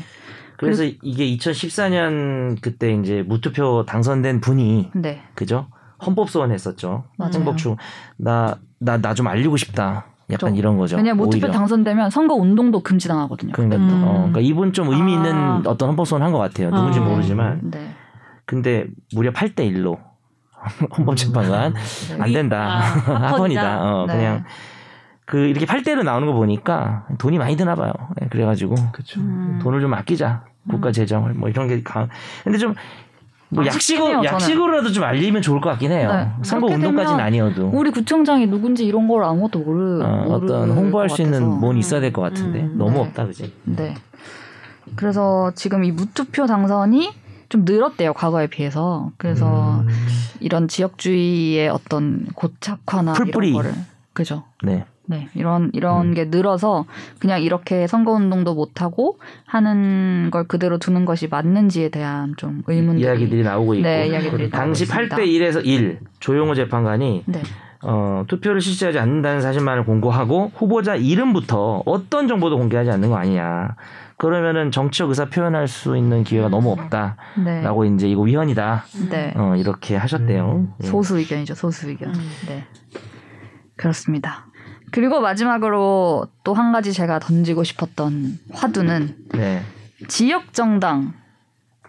그래서 이게 2014년 그때 이제 무투표 당선된 분이
네.
그죠? 헌법 소원했었죠.
맞아요.
헌법추 나나 나 좀 알리고 싶다. 약간
그렇죠.
이런 거죠.
왜냐면 모투표
오히려.
당선되면 선거 운동도 금지당하거든요.
그러니까,
음.
어, 그러니까 이분 좀 의미
아.
있는 어떤 헌법 소원 한 것 같아요. 누군지
아.
모르지만
네.
근데 무려 8대 1로 헌법재판관 안 된다.
아,
학원이다. 어,
음. 네.
그냥 그 이렇게 8대로 나오는 거 보니까 돈이 많이 드나 봐요. 예, 그래가지고
그렇죠.
음.
돈을 좀 아끼자 국가 재정을 뭐 이런 게 강. 근데 좀 뭐
아쉽긴
약식으로
해요, 저는.
약식으로라도 좀 알리면 좋을 것 같긴 해요.
네.
선거
그렇게
운동까지는
되면
아니어도
우리 구청장이 누군지 이런 걸 아무것도 모르
어,
모를
떤 홍보할
것
수 있는 뭐-
같아서.
뭔 있어야 될 것 같은데
음,
너무
네.
없다 그지?
네. 그래서 지금 이 무투표 당선이 좀 늘었대요 과거에 비해서. 그래서
음.
이런 지역주의의 어떤 고착화나
풀뿌리. 음.
이런 거를 그죠.
네.
네, 이런 이런 게 늘어서 그냥 이렇게 선거 운동도 못 하고 하는 걸 그대로 두는 것이 맞는지에 대한 좀 의문들이
이야기들이 나오고 있고
네, 이야기들이 나오고
당시
있습니다.
8대 1에서 1 조용호 재판관이
네.
어, 투표를 실시하지 않는다는 사실만을 공고하고 후보자 이름부터 어떤 정보도 공개하지 않는 거 아니냐. 그러면은 정치적 의사 표현할 수 있는 기회가 너무 없다라고
네.
이제 이거 위헌이다.
네. 음.
어, 이렇게 하셨대요. 예.
소수 의견이죠, 소수 의견.
음.
네. 그렇습니다. 그리고 마지막으로 또 한 가지 제가 던지고 싶었던 화두는
네.
지역 정당,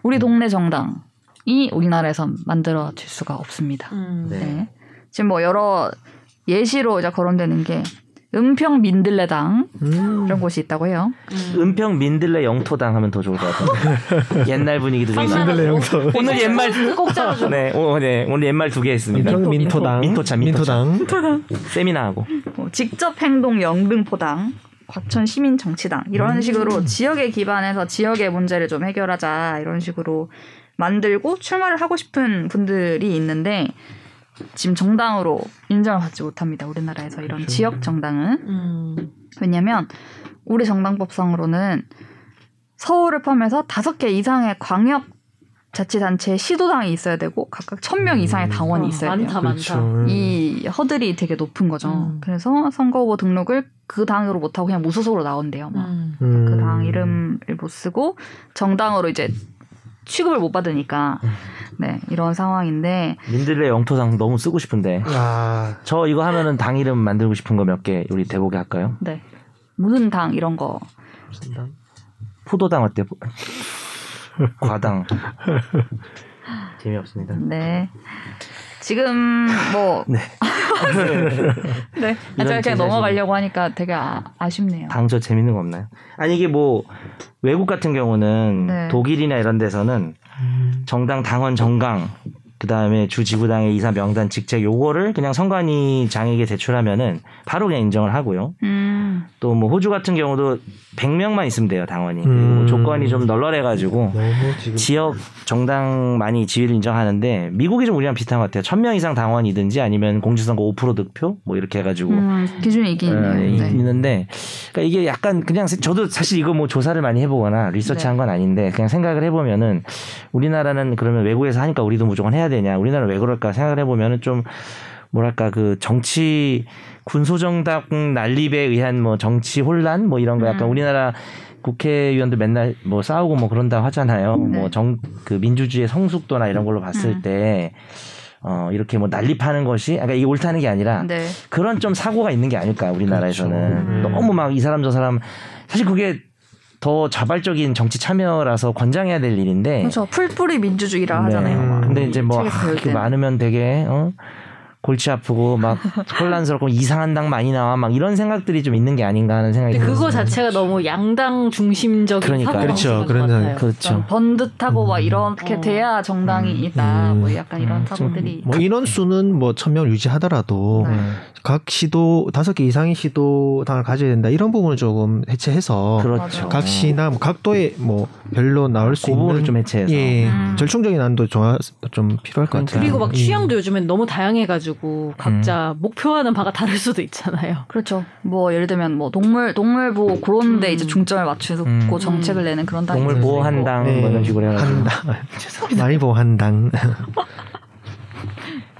우리 동네 정당이 우리나라에서 만들어질 수가 없습니다.
음.
네.
네. 지금 뭐 여러 예시로 이제 거론되는 게 은평 민들레당 이런 곳이 있다고 해요.
은평 민들레 영토당 하면 더 좋을 것 같은데. 옛날 분위기 두 개. 있어요.
민들레 영토.
오늘 옛말
꼭 짜줘.
네, 오, 네, 오늘 옛말 두 개 했습니다.
민토, 민토당.
민토차, 민토차.
민토당.
세미나 하고.
뭐 직접 행동 영등포당, 과천 시민 정치당 이런 식으로 지역에 기반해서 지역의 문제를 좀 해결하자 이런 식으로 만들고 출마를 하고 싶은 분들이 있는데 지금 정당으로 인정을 받지 못합니다. 우리나라에서 이런 지역 정당은
음.
왜냐하면 우리 정당법상으로는 서울을 포함해서 다섯 개 이상의 광역 자치단체 시도당이 있어야 되고 각각 1000명 이상의
음.
당원이
어,
있어야 돼요.
많다
그렇죠.
많다.
그렇죠.
음.
이 허들이 되게 높은 거죠.
음.
그래서 선거 후보 등록을 그 당으로 못하고 그냥 무소속으로 나온대요. 막.
음.
음.
그 당 이름을 못 쓰고 정당으로 이제 취급을 못 받으니까
음.
네 이런 상황인데
민들레 영토상 너무 쓰고 싶은데
아,
저 이거 하면은 당 이름 만들고 싶은 거 몇 개 우리 대보게 할까요?
네 무슨 당 이런 거
포도당 어때? 과당 재미없습니다.
네. 지금 뭐
네.
네. 아, 제가
이런 제사진.
그냥 넘어가려고 하니까 되게 아, 아쉽네요.
당 저 재밌는 거 없나요? 아니 이게 뭐 외국 같은 경우는
네.
독일이나 이런 데서는 정당 당원 정강 그다음에 주 지구당의 이사 명단 직책 요거를 그냥 선관위 장에게 제출하면은 바로 그냥 인정을 하고요.
음.
또 뭐 호주 같은 경우도 100명만 있으면 돼요, 당원이. 그리고
음.
조건이 좀 널널해 가지고
너무 지금
지역 정당 많이 지위를 인정하는데 미국이 좀 우리랑 비슷한 것 같아요. 1000명 이상 당원이든지 아니면 공직선거 5% 득표 뭐 이렇게 해 가지고
음, 기준이 있긴
어,
있네요.
이-
네.
있는데 그러니까 이게 약간 그냥 세- 저도 사실 이거 뭐 조사를 많이 해보거나
네.
리서치한 건 아닌데 그냥 생각을 해보면은 우리나라는 그러면 외국에서 하니까 우리도 무조건 해야 되냐 우리나라 왜 그럴까 생각을 해보면은 좀 뭐랄까 그 정치 군소정당 난립에 의한 뭐 정치 혼란 뭐 이런 거 약간
음.
우리나라 국회의원들 맨날 뭐 싸우고 뭐 그런다 하잖아요.
네.
뭐 정 그 민주주의의 성숙도나 이런 걸로 봤을
음.
때. 어 이렇게 뭐 난립하는 것이 아까 이게 옳다는 게 아니라
네.
그런 좀 사고가 있는 게 아닐까 우리나라에서는
네.
그렇죠. 음.
너무 막 이 사람 저 사람 사실 그게 더 자발적인 정치 참여라서 권장해야 될 일인데
그렇죠. 풀뿌리 민주주의라
네.
하잖아요. 막.
근데 이제 뭐
책에서
아,
배울
이렇게
때는.
많으면 되게 어? 골치 아프고 막 혼란스럽고 이상한 당 많이 나와 막 이런 생각들이 좀 있는 게 아닌가 하는 생각이
근데 그거
들어요.
자체가 너무 양당 중심적인
네. 그러니까.
사고
그렇죠.
그런
그렇죠.
약간 번듯하고 막 이렇게
어.
돼야 정당이 있다.
음.
뭐 약간 이런
음,
사고들이.
뭐 인원 수는 뭐 천 명 유지하더라도
네.
각 시도 다섯 개 이상의 시도당을 가져야 된다 이런 부분을 조금 해체해서
그렇죠.
각 시나 뭐 각도에 뭐 별로 나올 수
고부를
있는
좀 해체해서
예,
음.
절충적인 안도 정화 좀 필요할 것 같아요.
그리고
음.
막
예.
취향도 요즘엔 너무 다양해가지고 각자 목표하는 바가 다를 수도 있잖아요.
그렇죠. 뭐 예를 들면 뭐 동물 동물 보호 그런데
음.
이제 중점을 맞추고
음.
정책을 내는 그런 당이
동물
있을 수 있고.
보호한당
네.
뭐 이런 식으로 해가지고
한당 많이 보한당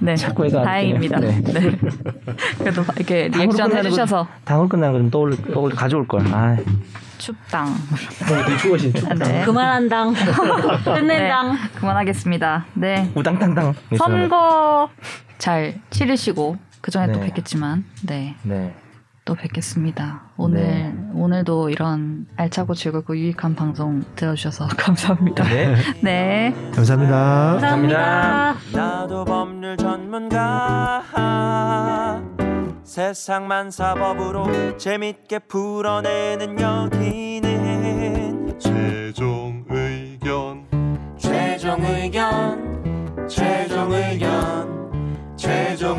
네.
자꾸 해도 안
다행입니다.
돼요.
네. 그래도 이렇게
당으로
리액션
끝나는
해주셔서
당을 끝나는 거좀 떠올 떠올 가져올 걸. 아,
춥당.
추워진 추.
네.
그만한당, 끝낸당.
그만하겠습니다. 네.
우당탕탕.
선거 잘 치르시고 그 전에 또
네.
뵙겠지만 네.
네.
또 뵙겠습니다. 오늘
네.
오늘도 이런 알차고 즐겁고 유익한 방송 들어주셔서 감사합니다.
네.
네.
감사합니다.
감사합니다.
나도 법률 전문가 세상만 사법으로 재밌게 풀어내는 여기는
최종 의견
최종 의견 최종 의견 최종